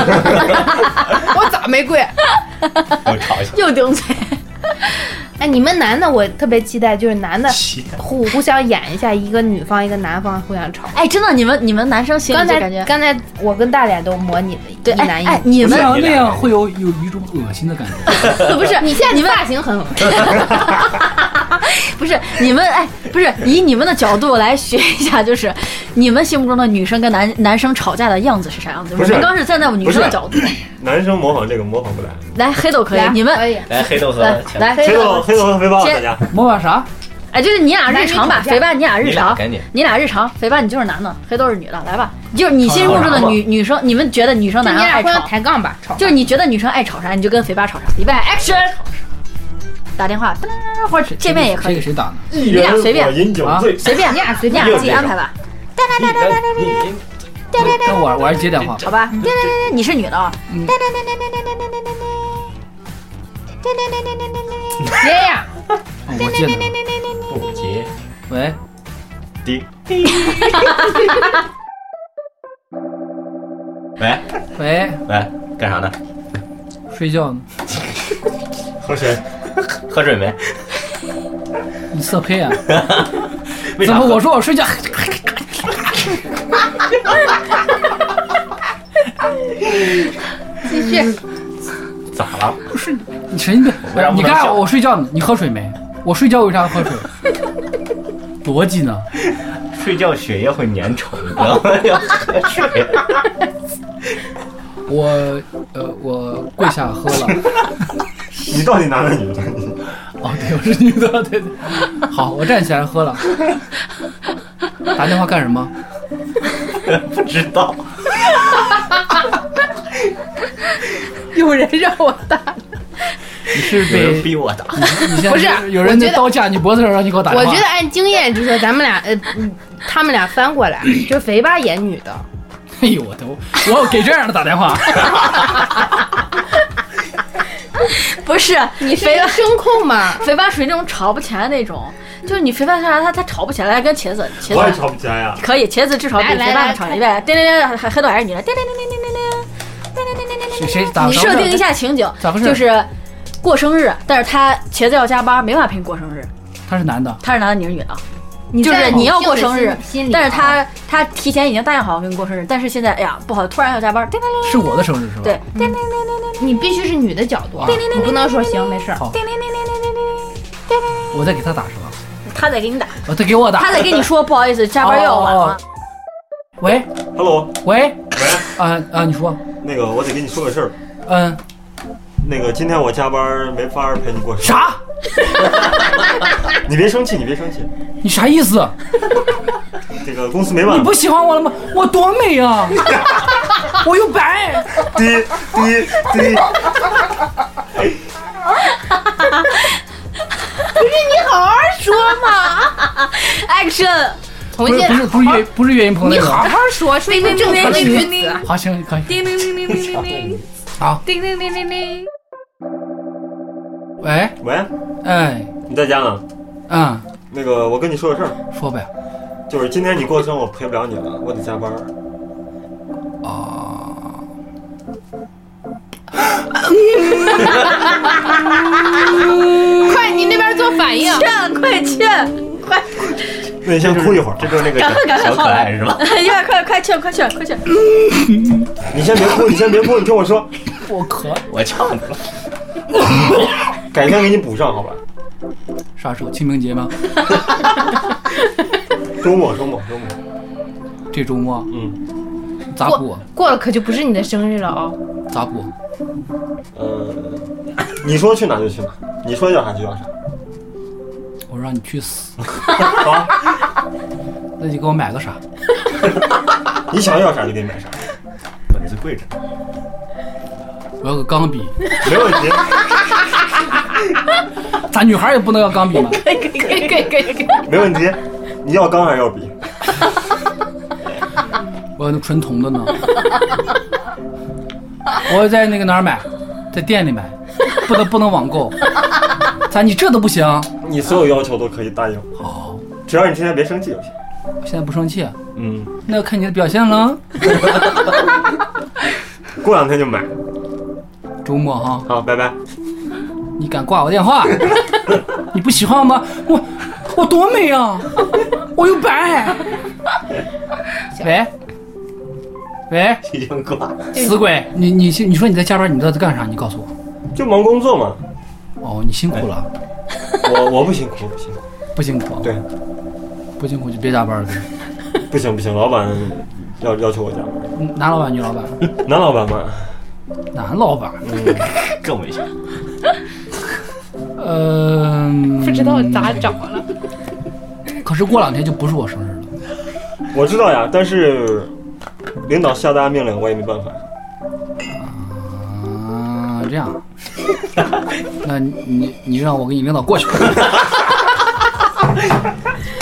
[SPEAKER 3] [LAUGHS] 我咋没跪？啊
[SPEAKER 4] 又吵一下。
[SPEAKER 5] 又顶嘴，
[SPEAKER 3] 哎，你们男的我特别期待，就是男的
[SPEAKER 4] 期待
[SPEAKER 3] 互互相演一下，一个女方一个男方互相吵。
[SPEAKER 5] 哎，真的，你们你们男生心里
[SPEAKER 3] 刚
[SPEAKER 5] 就
[SPEAKER 3] 才
[SPEAKER 5] 感觉，
[SPEAKER 3] 刚才我跟大脸都模拟了一
[SPEAKER 5] 对，哎
[SPEAKER 3] 男一
[SPEAKER 5] 哎，
[SPEAKER 3] 女。
[SPEAKER 5] 你
[SPEAKER 2] 你
[SPEAKER 5] 们
[SPEAKER 2] 想那样会有有一种恶心的感觉。
[SPEAKER 5] 不是
[SPEAKER 3] 你现在发型很恶心，
[SPEAKER 5] 不是你们哎，不是以你们的角度来学一下，就是你们心目中的女生跟男男生吵架的样子是啥样子？我
[SPEAKER 1] 不是
[SPEAKER 5] 们刚是站在我们女生的角度，
[SPEAKER 1] 男生模仿这个模仿不来。
[SPEAKER 5] 来黑豆可以
[SPEAKER 3] 来，
[SPEAKER 5] 你
[SPEAKER 3] 可
[SPEAKER 5] 们
[SPEAKER 3] 以
[SPEAKER 4] 来，黑豆和
[SPEAKER 5] 来
[SPEAKER 4] 前
[SPEAKER 5] 来
[SPEAKER 1] 黑
[SPEAKER 5] 黑
[SPEAKER 1] 豆
[SPEAKER 5] 豆，
[SPEAKER 1] 黑豆和肥皂
[SPEAKER 5] 先
[SPEAKER 1] 大家，
[SPEAKER 2] 模仿啥？
[SPEAKER 5] 哎，就是你俩日常吧，
[SPEAKER 3] 男女吵架
[SPEAKER 5] 肥爸你俩日
[SPEAKER 4] 你俩
[SPEAKER 5] 常
[SPEAKER 4] 赶紧，
[SPEAKER 5] 你俩日常，肥爸你就是男的，黑豆是女的，来吧，就是你心目中的
[SPEAKER 4] 吵
[SPEAKER 5] 女女生，你们觉得女生
[SPEAKER 3] 就
[SPEAKER 5] 男
[SPEAKER 3] 你
[SPEAKER 5] 生爱
[SPEAKER 3] 俩互相
[SPEAKER 5] 吵，
[SPEAKER 3] 抬杠吧，吵。
[SPEAKER 5] 就是你觉得女生爱吵啥，你就跟肥爸吵啥。预备
[SPEAKER 3] 哎
[SPEAKER 5] action，打电话，噔或者见面也可
[SPEAKER 2] 这
[SPEAKER 5] 以
[SPEAKER 2] 个，谁打的？
[SPEAKER 1] 一
[SPEAKER 5] 俩
[SPEAKER 1] 人
[SPEAKER 5] 随便
[SPEAKER 1] 我饮酒
[SPEAKER 2] 啊
[SPEAKER 1] 醉，
[SPEAKER 5] 随便
[SPEAKER 3] 你俩随
[SPEAKER 5] 你
[SPEAKER 3] 便
[SPEAKER 5] 俩自己安排吧。
[SPEAKER 4] 你你你
[SPEAKER 2] 跟哎我我还是接电话。
[SPEAKER 5] 好吧，
[SPEAKER 3] 嗯
[SPEAKER 5] 对对对对，你是女的啊，
[SPEAKER 3] 接呀，
[SPEAKER 2] 嗯我接的。
[SPEAKER 4] 不急，
[SPEAKER 2] 喂，
[SPEAKER 4] 滴 [LAUGHS] 滴。喂
[SPEAKER 2] 喂，
[SPEAKER 4] 喂，干啥呢？
[SPEAKER 2] 睡觉呢？
[SPEAKER 1] 和谁？
[SPEAKER 4] 喝水没？
[SPEAKER 2] 你色胚啊？
[SPEAKER 4] 为
[SPEAKER 2] 怎
[SPEAKER 4] 啥
[SPEAKER 2] 么
[SPEAKER 4] 喝
[SPEAKER 2] 我说我睡觉？
[SPEAKER 3] 继续，
[SPEAKER 4] 咋了？
[SPEAKER 2] [LAUGHS] 你神经
[SPEAKER 4] 为啥
[SPEAKER 2] 病！
[SPEAKER 4] 不
[SPEAKER 2] 你
[SPEAKER 4] 能
[SPEAKER 2] 看
[SPEAKER 4] 笑
[SPEAKER 2] 我睡觉呢，你喝水没？我睡觉为啥喝水？ [LAUGHS] 逻辑呢？
[SPEAKER 4] 睡觉血液会粘稠，你知道吗？ [LAUGHS] 要喝水。
[SPEAKER 2] 我呃，我跪下喝
[SPEAKER 4] [LAUGHS]
[SPEAKER 2] 了。
[SPEAKER 1] 你到底男的女的？
[SPEAKER 2] 哦，对，我是女的，对对。好，我站起来喝了。打电话干什么？
[SPEAKER 4] 不知道，
[SPEAKER 3] [LAUGHS] 有人让我打，
[SPEAKER 2] 你是
[SPEAKER 4] 有人
[SPEAKER 2] 被
[SPEAKER 4] 逼我打。
[SPEAKER 2] 你现在
[SPEAKER 3] 不是
[SPEAKER 2] 有人
[SPEAKER 3] 我觉
[SPEAKER 2] 在
[SPEAKER 3] 得
[SPEAKER 2] 刀架你脖子上让你给我打电
[SPEAKER 3] 我
[SPEAKER 2] 话？
[SPEAKER 3] 觉得按经验之说，咱们俩呃，嗯他们俩翻过来，就肥八演女 [CLEARS THROAT] 的，
[SPEAKER 2] 哎呦我都，我要给这样的打电
[SPEAKER 3] [LAUGHS]
[SPEAKER 2] 话，
[SPEAKER 5] 不
[SPEAKER 3] [LAUGHS]
[SPEAKER 5] 是你
[SPEAKER 3] 肥了声控嘛，
[SPEAKER 5] 肥八属于那种吵不起来那种，就是你肥八虽然他他吵不起来，跟茄子茄
[SPEAKER 1] 我也
[SPEAKER 5] 子
[SPEAKER 1] 吵不起来呀。
[SPEAKER 5] 可以，茄子至少比
[SPEAKER 3] 来来
[SPEAKER 5] 肥八
[SPEAKER 3] 来
[SPEAKER 5] 能吵一遍。叮叮叮，还黑豆还是女的，叮叮叮叮叮叮叮，叮叮叮叮叮
[SPEAKER 2] 谁
[SPEAKER 5] 叮。
[SPEAKER 2] 谁打？
[SPEAKER 5] 你设定一下情景，
[SPEAKER 2] 咋回事
[SPEAKER 5] 就是过生日，但是他茄子要加班，没法陪你过生日。
[SPEAKER 2] 他是男的，
[SPEAKER 5] 他是男的，你是女的，
[SPEAKER 3] [LAUGHS] 你
[SPEAKER 5] 就是
[SPEAKER 3] 站
[SPEAKER 5] 你要
[SPEAKER 3] 女性
[SPEAKER 5] 过
[SPEAKER 3] 的
[SPEAKER 5] 生日
[SPEAKER 3] 心心里啊
[SPEAKER 5] 但是
[SPEAKER 3] 头
[SPEAKER 5] 他他提前已经答应好要跟你过生日，但是现在哎呀不好，突然要加班，叮叮
[SPEAKER 2] 是我的生日是吧？
[SPEAKER 5] 对，
[SPEAKER 3] 嗯
[SPEAKER 5] 叮叮
[SPEAKER 3] 你必须是女的角度，
[SPEAKER 2] 啊
[SPEAKER 3] 你不能说行没事儿。
[SPEAKER 2] 好，
[SPEAKER 5] 叮叮叮叮叮叮叮，
[SPEAKER 2] 我再给他打是吧？
[SPEAKER 5] 他在给你打，
[SPEAKER 2] 哦，他给我打。哦
[SPEAKER 5] 他在跟你说不好意思，加班又要晚了。
[SPEAKER 2] 喂
[SPEAKER 1] Hello，
[SPEAKER 2] 喂
[SPEAKER 1] 喂，
[SPEAKER 2] 啊啊，你说，
[SPEAKER 1] 那个我得跟你说个事儿。
[SPEAKER 2] 嗯，
[SPEAKER 1] 那个今天我加班没法陪你过生日，
[SPEAKER 2] 啥？
[SPEAKER 1] 你别生气，你别生气。
[SPEAKER 2] 你啥意思？
[SPEAKER 1] 这个公司没办法。
[SPEAKER 2] 你不喜欢我了吗？我多美啊！我又
[SPEAKER 3] [LAUGHS]
[SPEAKER 2] 白，
[SPEAKER 1] 滴滴滴，
[SPEAKER 5] Action，
[SPEAKER 3] 重
[SPEAKER 2] 不
[SPEAKER 3] 新
[SPEAKER 2] 是不是不是岳不是岳云鹏那
[SPEAKER 3] 啊你
[SPEAKER 2] 个。
[SPEAKER 3] 好好说，说一个正常的
[SPEAKER 5] 叮
[SPEAKER 3] 女
[SPEAKER 5] 叮
[SPEAKER 3] 子。
[SPEAKER 2] 好，行，可以。
[SPEAKER 5] 叮叮叮叮叮叮叮，
[SPEAKER 2] 好，
[SPEAKER 5] 叮叮叮叮叮。
[SPEAKER 2] 喂，
[SPEAKER 1] 喂，
[SPEAKER 2] 哎，
[SPEAKER 1] 你在家呢？
[SPEAKER 2] 嗯，
[SPEAKER 1] 那个，我跟你说个事儿，
[SPEAKER 2] 说呗。
[SPEAKER 1] 就是今天你过生，我陪不了你了，我得加班儿。
[SPEAKER 3] 快，你那边做反应。
[SPEAKER 5] 劝，快劝，
[SPEAKER 1] 那你先哭一会儿，
[SPEAKER 4] 这就是那个
[SPEAKER 5] 赶快赶快
[SPEAKER 4] 小可
[SPEAKER 5] 好了
[SPEAKER 4] 爱是吧？
[SPEAKER 5] 哎呀，快快劝，快劝，快劝！
[SPEAKER 1] 你先别哭，你先别哭，你听我说，
[SPEAKER 2] 我可
[SPEAKER 4] 我呛你了。
[SPEAKER 1] 改天给你补上，好吧？
[SPEAKER 2] 啥时候？清明节吗？
[SPEAKER 1] 周末，周末，周末，
[SPEAKER 2] 这周末
[SPEAKER 1] 嗯，
[SPEAKER 2] 咋补啊
[SPEAKER 3] 过？过了可就不是你的生日了哦。
[SPEAKER 2] 咋补？啊
[SPEAKER 1] 呃，你说去哪就去哪，你说要啥就要啥。
[SPEAKER 2] 我让你去死，
[SPEAKER 1] 好，
[SPEAKER 2] 那你给我买个啥？
[SPEAKER 1] 你想要啥就给你买啥，
[SPEAKER 4] 本子跪着，
[SPEAKER 2] 我要个钢笔。
[SPEAKER 1] 没问 [LAUGHS] 题。
[SPEAKER 2] 咱女孩也不能要钢笔吗？
[SPEAKER 1] 没问题，你要钢还是要笔？
[SPEAKER 2] 我要那纯铜的呢。我要在那个哪儿买？在店里买，不能不能网购。咋你这都不行？
[SPEAKER 1] 你所有要求都可以答应，好，只要你今天别生气就行。
[SPEAKER 2] 我现在不生气，啊
[SPEAKER 1] 嗯，
[SPEAKER 2] 那要看你的表现了。
[SPEAKER 1] 过两天就买。
[SPEAKER 2] 周末哈，
[SPEAKER 1] 好，拜拜。
[SPEAKER 2] 你敢挂我电 [LAUGHS] 话？你不喜欢吗？我我多美啊！我又白。喂喂，
[SPEAKER 4] 已经挂了。
[SPEAKER 2] 死鬼！你你你说你在加班，你知道在干啥？你告诉我。
[SPEAKER 1] 就忙工作嘛，
[SPEAKER 2] 哦，你辛苦了，
[SPEAKER 1] 我我不辛苦，不辛苦。
[SPEAKER 2] 不辛苦？
[SPEAKER 1] 对，
[SPEAKER 2] 不辛苦就别加班了。
[SPEAKER 1] 不行不行，老板要要求我加班。
[SPEAKER 2] 男老板、女老板，
[SPEAKER 1] 男老板嘛，嗯
[SPEAKER 2] 男老板，
[SPEAKER 4] 更危险。
[SPEAKER 2] 呃，不
[SPEAKER 3] 知道咋找了，
[SPEAKER 2] 嗯可是过两天就不是我生日了，
[SPEAKER 1] [LAUGHS] 我知道呀，但是领导下达命令，我也没办法。
[SPEAKER 2] 啊，这样， [LAUGHS] 那你你你让我给你领导过去，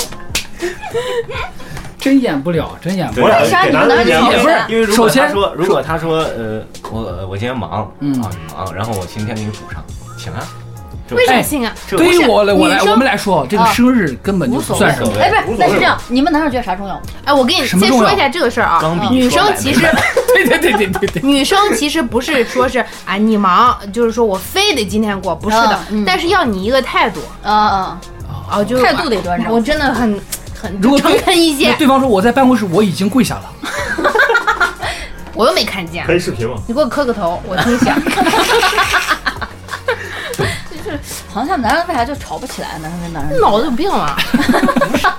[SPEAKER 2] [LAUGHS] 真演不了，真演不
[SPEAKER 1] 我
[SPEAKER 2] 了，
[SPEAKER 1] 俩
[SPEAKER 5] 啥
[SPEAKER 1] 啊给
[SPEAKER 5] 你
[SPEAKER 1] 男
[SPEAKER 5] 们
[SPEAKER 1] 的
[SPEAKER 5] 男的
[SPEAKER 1] 演
[SPEAKER 5] 吵
[SPEAKER 4] 不
[SPEAKER 5] 对
[SPEAKER 4] 是
[SPEAKER 5] 啊，
[SPEAKER 4] 因为如果
[SPEAKER 2] 哦首先
[SPEAKER 4] 他说，如果他说，呃，我我今天忙，
[SPEAKER 2] 嗯
[SPEAKER 4] 啊忙，然后我今天给你补上，请啊，
[SPEAKER 3] 为啥
[SPEAKER 2] 哎
[SPEAKER 3] 信啊？
[SPEAKER 4] 这
[SPEAKER 2] 对于我来我
[SPEAKER 5] 女
[SPEAKER 2] 来
[SPEAKER 5] 生
[SPEAKER 2] 我们来说，这个
[SPEAKER 5] 啊
[SPEAKER 2] 生日根本就
[SPEAKER 5] 无
[SPEAKER 2] 不
[SPEAKER 5] 所
[SPEAKER 2] 算什么
[SPEAKER 4] 谓。
[SPEAKER 5] 哎，不
[SPEAKER 1] 无
[SPEAKER 5] 是，
[SPEAKER 1] 所
[SPEAKER 5] 但
[SPEAKER 1] 谓
[SPEAKER 5] 是这样，你们男生觉得啥重要？
[SPEAKER 3] 哎，我跟你
[SPEAKER 2] 什
[SPEAKER 3] 先
[SPEAKER 2] 么重要
[SPEAKER 3] 说一下这个事儿啊。
[SPEAKER 4] 钢笔
[SPEAKER 3] 女
[SPEAKER 4] 说
[SPEAKER 3] 生
[SPEAKER 4] 白了
[SPEAKER 3] 其实，
[SPEAKER 2] 对对对对对对，
[SPEAKER 3] 女生其实不是说是啊你忙，就是说我非得今天过，不是的
[SPEAKER 5] 嗯嗯，
[SPEAKER 3] 但是要你一个态度
[SPEAKER 5] 嗯
[SPEAKER 3] 啊，就
[SPEAKER 5] 嗯，态度得端
[SPEAKER 3] 我
[SPEAKER 5] 正。
[SPEAKER 3] 真的很很
[SPEAKER 2] 如果
[SPEAKER 3] 诚
[SPEAKER 2] 对
[SPEAKER 3] 恳一些
[SPEAKER 2] 那。对方说我在办公室我已经跪下了，
[SPEAKER 3] 我又没看见
[SPEAKER 1] 可，以视频吗？
[SPEAKER 3] 你给我磕个头，我听 [LAUGHS] 响。
[SPEAKER 5] 好像他们男人为啥就吵不起来呢？他们男人
[SPEAKER 3] 脑子有病啊！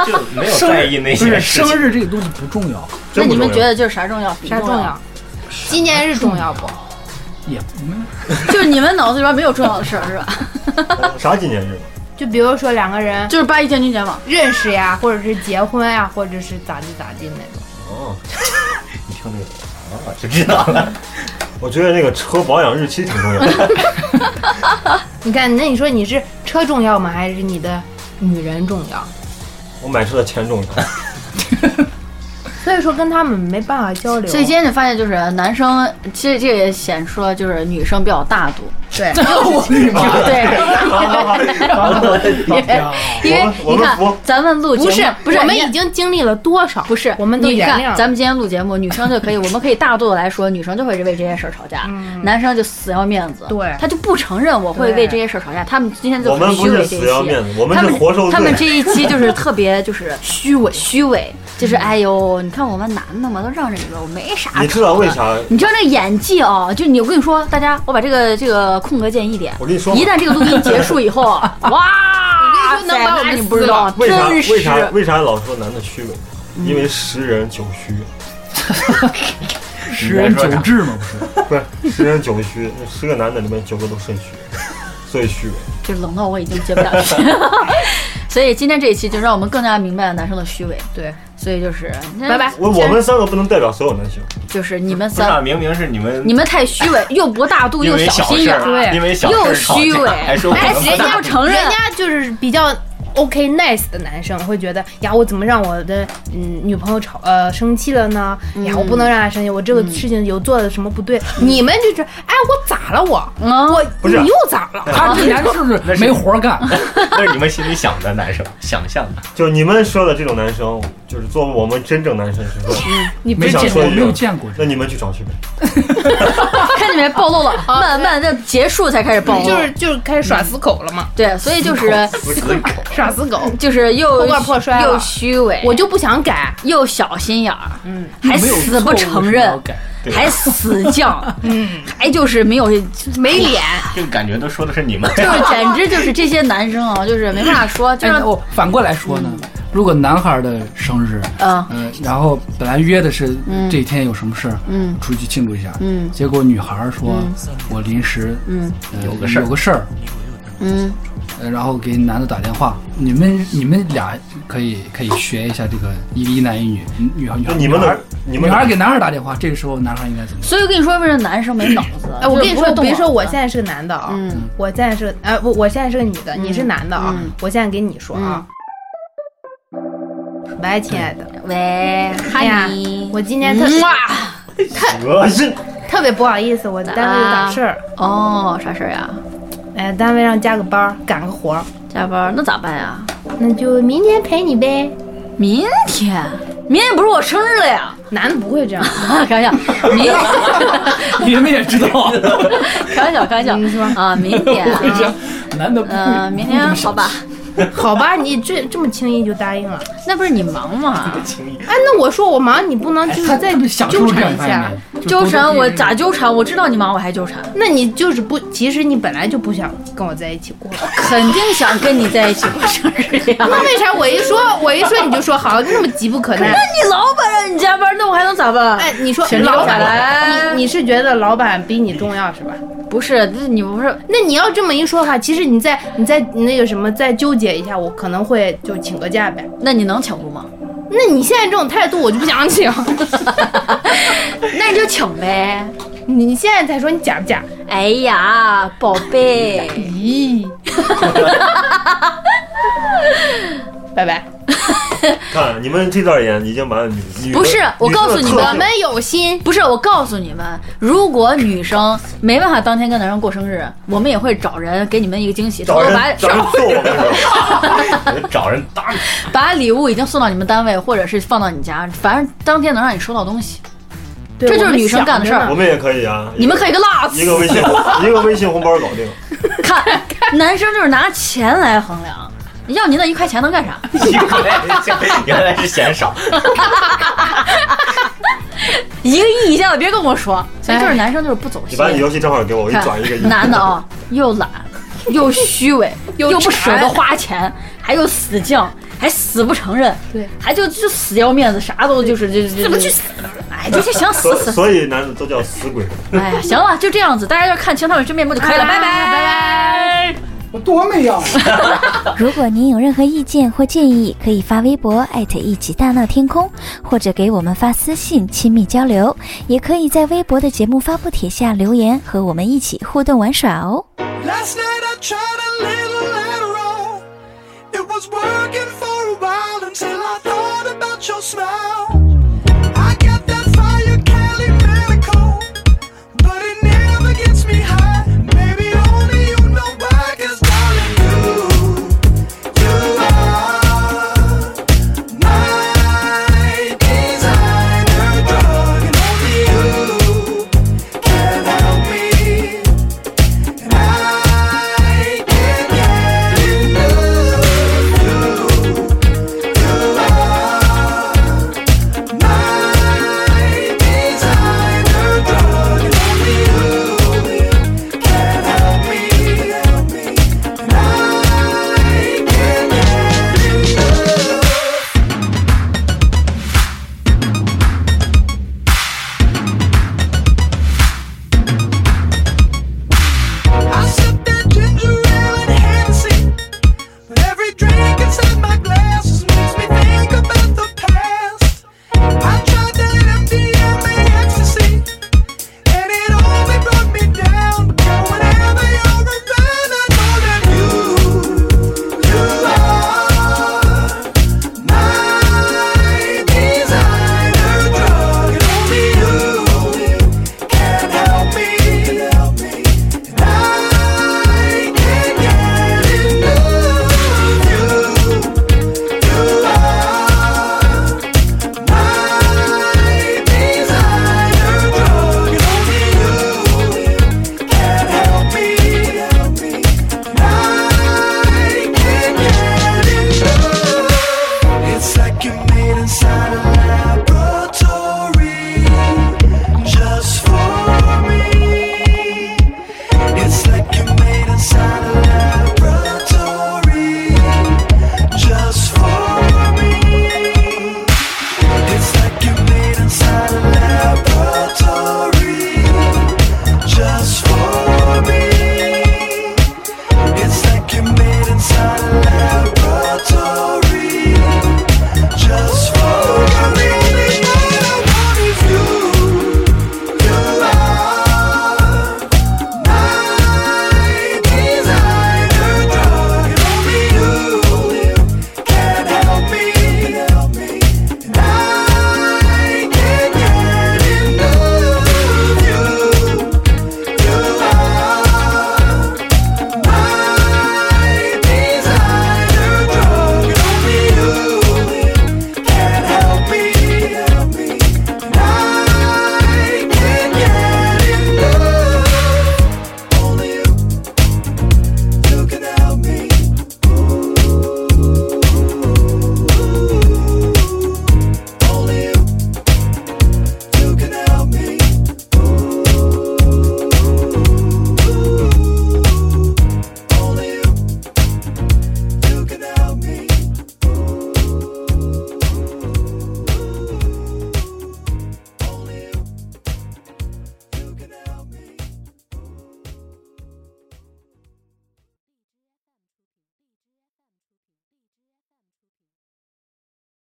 [SPEAKER 4] 就没有
[SPEAKER 2] 生
[SPEAKER 4] 在
[SPEAKER 2] 日
[SPEAKER 4] 意那
[SPEAKER 2] 不
[SPEAKER 4] 些事
[SPEAKER 2] 是生
[SPEAKER 4] 情。
[SPEAKER 2] 日这个东西不重要，
[SPEAKER 5] 那
[SPEAKER 1] 真不
[SPEAKER 5] 你们
[SPEAKER 1] 重
[SPEAKER 5] 觉
[SPEAKER 1] 要
[SPEAKER 5] 得就是啥重要？比
[SPEAKER 3] 啥重要？？纪念日重要不？
[SPEAKER 2] 也没
[SPEAKER 5] 就是你们脑子里边没有重要的事儿是吧？
[SPEAKER 1] 啥纪念日？
[SPEAKER 3] 就比如说两个人
[SPEAKER 5] 就是八一建军节嘛。
[SPEAKER 3] 认识呀，或者是结婚呀，或者是咋地咋地那种。
[SPEAKER 1] 哦，
[SPEAKER 4] 你听这个啊，就知道了。
[SPEAKER 1] 我觉得那个车保养日期挺重要的。
[SPEAKER 5] [LAUGHS]
[SPEAKER 3] 你看，那你说你是车重要吗？还是你的女人重要？
[SPEAKER 1] 我买车的钱
[SPEAKER 5] [LAUGHS]
[SPEAKER 1] 重要。
[SPEAKER 3] 所以说跟他们没办法交流。
[SPEAKER 5] 所以今天你发现就是男生，其实这也显出了就是女生比较大度。
[SPEAKER 3] 对，
[SPEAKER 2] 我的妈
[SPEAKER 5] 对，
[SPEAKER 2] 呀！
[SPEAKER 5] 因为
[SPEAKER 1] 我
[SPEAKER 5] 你
[SPEAKER 1] 们
[SPEAKER 5] 看
[SPEAKER 1] 服
[SPEAKER 5] 咱们录节目
[SPEAKER 3] 不是
[SPEAKER 5] [LAUGHS] 不是
[SPEAKER 3] 我们
[SPEAKER 5] 你
[SPEAKER 3] 已经经历了多少？
[SPEAKER 5] 不是，
[SPEAKER 3] 我们都
[SPEAKER 5] 你
[SPEAKER 3] 原
[SPEAKER 5] 看
[SPEAKER 3] 谅了。
[SPEAKER 5] 咱们今天录节目，女生就可以，我们可以大度的来说，女生就会为这些事儿吵架，男生就死要面子，
[SPEAKER 3] 嗯对
[SPEAKER 5] 他就不承认我会
[SPEAKER 3] 对
[SPEAKER 5] 为这些事儿吵架，他们今天就
[SPEAKER 1] 我们
[SPEAKER 5] 很
[SPEAKER 1] 不
[SPEAKER 5] 虚
[SPEAKER 1] 是
[SPEAKER 5] 伪这一
[SPEAKER 1] 死要面
[SPEAKER 5] 期。
[SPEAKER 1] 子，我们
[SPEAKER 5] 他
[SPEAKER 1] 是
[SPEAKER 5] 们
[SPEAKER 1] 活受
[SPEAKER 5] 他们这一
[SPEAKER 1] 罪。
[SPEAKER 5] 期就是特别就是虚伪虚伪， [LAUGHS] 就是哎呦，你看我们男的嘛都让着你了，我没啥。
[SPEAKER 1] 你知道为？啥？
[SPEAKER 5] 你知道这个演技啊、就你我跟你说，大家，我把这个这个空格建议
[SPEAKER 1] [LAUGHS]
[SPEAKER 5] 点，
[SPEAKER 1] 我跟你说吧
[SPEAKER 5] 一旦这个录音结束以后，哇，我
[SPEAKER 3] [LAUGHS] 跟你说能把我们
[SPEAKER 5] 你不知道，
[SPEAKER 1] 为啥？
[SPEAKER 5] 真是
[SPEAKER 1] 为啥？为啥老说男的虚伪？因为十人九虚，
[SPEAKER 2] 十人九痔嘛，不是？
[SPEAKER 1] 不是十人九虚，那十个男的里面九个都
[SPEAKER 5] [LAUGHS]
[SPEAKER 1] 肾虚，所以虚伪。
[SPEAKER 5] 就冷到我已经接不下去。 [LAUGHS] 所以今天这一期就让我们更加明白了男生的虚伪。
[SPEAKER 3] 对，
[SPEAKER 5] 所以就是，
[SPEAKER 3] 拜拜。
[SPEAKER 1] 我我们三个不能代表所有男性，
[SPEAKER 5] 就是你们
[SPEAKER 4] 不是啊，
[SPEAKER 5] 三，
[SPEAKER 4] 明明是你们
[SPEAKER 5] 你们太虚伪，又不大度，
[SPEAKER 4] 因
[SPEAKER 5] 又
[SPEAKER 4] 为
[SPEAKER 5] 小心
[SPEAKER 4] 事
[SPEAKER 5] 眼
[SPEAKER 4] 儿，
[SPEAKER 5] 儿。
[SPEAKER 3] 对
[SPEAKER 4] 因为小事
[SPEAKER 5] 又
[SPEAKER 4] 儿吵
[SPEAKER 5] 虚伪
[SPEAKER 4] 架，还说我
[SPEAKER 5] [LAUGHS] 哎
[SPEAKER 4] 们
[SPEAKER 5] 人
[SPEAKER 4] 不
[SPEAKER 5] 家
[SPEAKER 4] 大
[SPEAKER 5] 不承认
[SPEAKER 3] 人家就是比较 OK nice 的男生会觉得呀，我怎么让我的嗯女朋友吵呃生气了呢？呀，我不能让她生气，我
[SPEAKER 5] 嗯
[SPEAKER 3] 这个事情有做的什么不对？你们就是哎，我咋了我？
[SPEAKER 5] 嗯
[SPEAKER 3] 我
[SPEAKER 1] 不是
[SPEAKER 3] 你又咋了？
[SPEAKER 2] 他这男的是不是没活儿干？
[SPEAKER 4] 那是你们心里想的男生想象的。
[SPEAKER 1] 就是你们说的这种男生，就是作为我们真正男生是说，
[SPEAKER 5] 嗯
[SPEAKER 2] 你
[SPEAKER 1] 不
[SPEAKER 2] 没
[SPEAKER 1] 是想
[SPEAKER 2] 见
[SPEAKER 1] 说
[SPEAKER 2] 过，
[SPEAKER 1] 一句
[SPEAKER 2] 没有见过。
[SPEAKER 1] 那你们去找去呗。
[SPEAKER 5] [LAUGHS] 看见没？暴露了，慢慢的结束才开始暴露。
[SPEAKER 3] 就是就是开始耍死狗了嘛，
[SPEAKER 5] 对，所以就是
[SPEAKER 3] 耍死狗，
[SPEAKER 5] 就是又
[SPEAKER 3] 破罐破摔了
[SPEAKER 5] 又虚伪，
[SPEAKER 3] 我就不想改。
[SPEAKER 5] 又小心眼儿，
[SPEAKER 3] 嗯，
[SPEAKER 5] 还死不承认，
[SPEAKER 4] 对
[SPEAKER 5] 还死犟， [LAUGHS] 嗯，还就是没有没脸，
[SPEAKER 4] 这个感觉都说的是你
[SPEAKER 2] [LAUGHS]
[SPEAKER 4] 们。
[SPEAKER 5] 就是简直就是这些男生啊，就是没办法 [LAUGHS] 说，就
[SPEAKER 2] 哎，
[SPEAKER 5] 让
[SPEAKER 2] 那我反过来说呢，如果男孩的生日，
[SPEAKER 5] 嗯
[SPEAKER 2] 嗯，然后本来约的是这一天有什么事儿，
[SPEAKER 5] 嗯
[SPEAKER 2] 出去庆祝一下，
[SPEAKER 5] 嗯
[SPEAKER 2] 结果女孩说，我临时，
[SPEAKER 5] 嗯
[SPEAKER 2] 呃
[SPEAKER 4] 有个事儿
[SPEAKER 2] 有个事儿，
[SPEAKER 5] 嗯
[SPEAKER 2] 呃然后给男的打电话，你们你们俩可以可以学一下这个一一男一女，女孩女孩
[SPEAKER 1] 就你们
[SPEAKER 2] 女孩
[SPEAKER 1] 的你们
[SPEAKER 2] 女
[SPEAKER 1] 的
[SPEAKER 2] 孩给男孩打电话，这个时候男孩应该怎么？
[SPEAKER 5] 所以我跟你说，为什么男生没脑子？
[SPEAKER 3] 哎，我跟你
[SPEAKER 5] 就是不会
[SPEAKER 3] 说，
[SPEAKER 5] 动
[SPEAKER 3] 比如说
[SPEAKER 5] 脑
[SPEAKER 3] 我
[SPEAKER 5] 子
[SPEAKER 3] 现在是个男的啊，
[SPEAKER 5] 嗯
[SPEAKER 3] 我现在是个哎不，我现在是个女的，你是男的啊
[SPEAKER 5] 嗯，
[SPEAKER 3] 我现在给你说啊，
[SPEAKER 5] 嗯
[SPEAKER 3] 喂，亲爱的，
[SPEAKER 5] 喂，
[SPEAKER 3] 哎呀
[SPEAKER 5] 哈尼，，
[SPEAKER 3] 我今天特
[SPEAKER 1] 恶心。
[SPEAKER 3] 特别不好意思，我单位有点事儿，
[SPEAKER 5] 哦，啥事儿呀？
[SPEAKER 3] 哎，单位让加个班儿，赶个活儿，
[SPEAKER 5] 加班那咋办呀？
[SPEAKER 3] 那就明天陪你呗。
[SPEAKER 5] 明天，明天不是我生日了 [LAUGHS] 呀？
[SPEAKER 3] 男的不会这 [LAUGHS] 样，
[SPEAKER 5] 啊开玩笑， [LAUGHS] 明
[SPEAKER 1] [LAUGHS]
[SPEAKER 2] 你们也知道，啊
[SPEAKER 5] 开玩笑，开玩笑，
[SPEAKER 3] 你说
[SPEAKER 5] 啊，明 [LAUGHS] 天啊，
[SPEAKER 2] 男的不
[SPEAKER 5] 嗯、
[SPEAKER 2] 会，
[SPEAKER 5] 明天好吧？
[SPEAKER 3] 好吧，你这这么轻易就答应了？
[SPEAKER 5] 那不是你忙吗？
[SPEAKER 3] [LAUGHS] 哎，那我说我忙，你不能
[SPEAKER 2] 哎
[SPEAKER 3] 就是
[SPEAKER 2] 他
[SPEAKER 3] 再
[SPEAKER 2] 特别享受
[SPEAKER 3] 纠
[SPEAKER 2] 这
[SPEAKER 3] 缠
[SPEAKER 2] 样
[SPEAKER 3] 一
[SPEAKER 2] 的
[SPEAKER 3] 下
[SPEAKER 2] 暧。昧
[SPEAKER 5] 纠缠我咋？纠缠？我知道你忙，我还纠缠，
[SPEAKER 3] 那你就是不，其实你本来就不想跟我在一起 [LAUGHS] 过。
[SPEAKER 5] 肯定想跟你在一起过生日 [LAUGHS] 呀。
[SPEAKER 3] 那为啥我一说我一说你就说好，那么急不可耐？
[SPEAKER 5] 你老板让你加班，那我还能咋办？
[SPEAKER 3] 哎，你说
[SPEAKER 5] 请
[SPEAKER 3] 老
[SPEAKER 5] 老
[SPEAKER 3] 板，
[SPEAKER 5] 板
[SPEAKER 3] 你你是觉得老板比你重要是吧？
[SPEAKER 5] 不是，这你不是
[SPEAKER 3] 那你要这么一说的话，其实你再你再那个什么再纠结一下，我可能会就请个假呗。
[SPEAKER 5] 那你能请不吗？
[SPEAKER 3] 那你现在这种态度，我就不想
[SPEAKER 5] [LAUGHS]
[SPEAKER 3] 请。
[SPEAKER 5] 那你就请呗。
[SPEAKER 3] 你现在才说你假不假？
[SPEAKER 5] 哎呀，宝贝，
[SPEAKER 3] 咦，拜拜。
[SPEAKER 1] 看你们这段演已经把女女的
[SPEAKER 5] 不是我告诉你
[SPEAKER 1] 女的
[SPEAKER 5] 们
[SPEAKER 1] 特
[SPEAKER 3] 我们有心，
[SPEAKER 5] 不是我告诉你们，如果女生没办法当天跟男生过生日，我们也会找人给你们一个惊喜，偷
[SPEAKER 1] 找
[SPEAKER 5] 偷
[SPEAKER 1] 人
[SPEAKER 5] 把
[SPEAKER 1] 找人揍我们是
[SPEAKER 5] [LAUGHS]
[SPEAKER 1] 吧？
[SPEAKER 4] 我就找人打你。
[SPEAKER 5] 把礼物已经送到你们单位，或者是放到你家，反正当天能让你收到东西。
[SPEAKER 3] 对
[SPEAKER 5] 这就是
[SPEAKER 3] 我们
[SPEAKER 5] 女生干的事儿
[SPEAKER 3] 想着
[SPEAKER 1] 我
[SPEAKER 3] 呢
[SPEAKER 1] 们也可以啊，
[SPEAKER 5] 你们可以个辣死 [LAUGHS]
[SPEAKER 1] 一个微信一个微信红包搞定。
[SPEAKER 5] 看，男生就是拿钱来衡量。要您那一块钱能干
[SPEAKER 1] [LAUGHS]
[SPEAKER 5] 啥？
[SPEAKER 4] [LAUGHS] 原来是嫌少，
[SPEAKER 5] 一个亿以下的别跟我说，所以就是男生就是不走
[SPEAKER 1] 哎你
[SPEAKER 5] 心。
[SPEAKER 1] 把你游戏账号给我，我给你转一个亿。
[SPEAKER 5] [LAUGHS] 男的啊，又懒又虚伪，又不舍得花钱，还有死犟，还死不承认，
[SPEAKER 3] 对，
[SPEAKER 5] 还就就死要面子，啥都就是就就怎么去死？哎，就就想死
[SPEAKER 1] 所
[SPEAKER 5] 死。
[SPEAKER 1] 所以男的都叫死鬼。
[SPEAKER 5] 哎呀，行了，就这样子，大家就看清他们真面目就可以了，
[SPEAKER 3] 啊
[SPEAKER 5] 拜拜
[SPEAKER 3] 拜
[SPEAKER 5] 拜。
[SPEAKER 2] 我多美啊！
[SPEAKER 7] 如果您有任何意见或建议，可以发微博艾特一起大闹天空，或者给我们发私信亲密交流，也可以在微博的节目发布帖下留言，和我们一起互动玩耍哦。
[SPEAKER 6] Last night I tried a little Adderall. It was working for a while until I thought about your smile.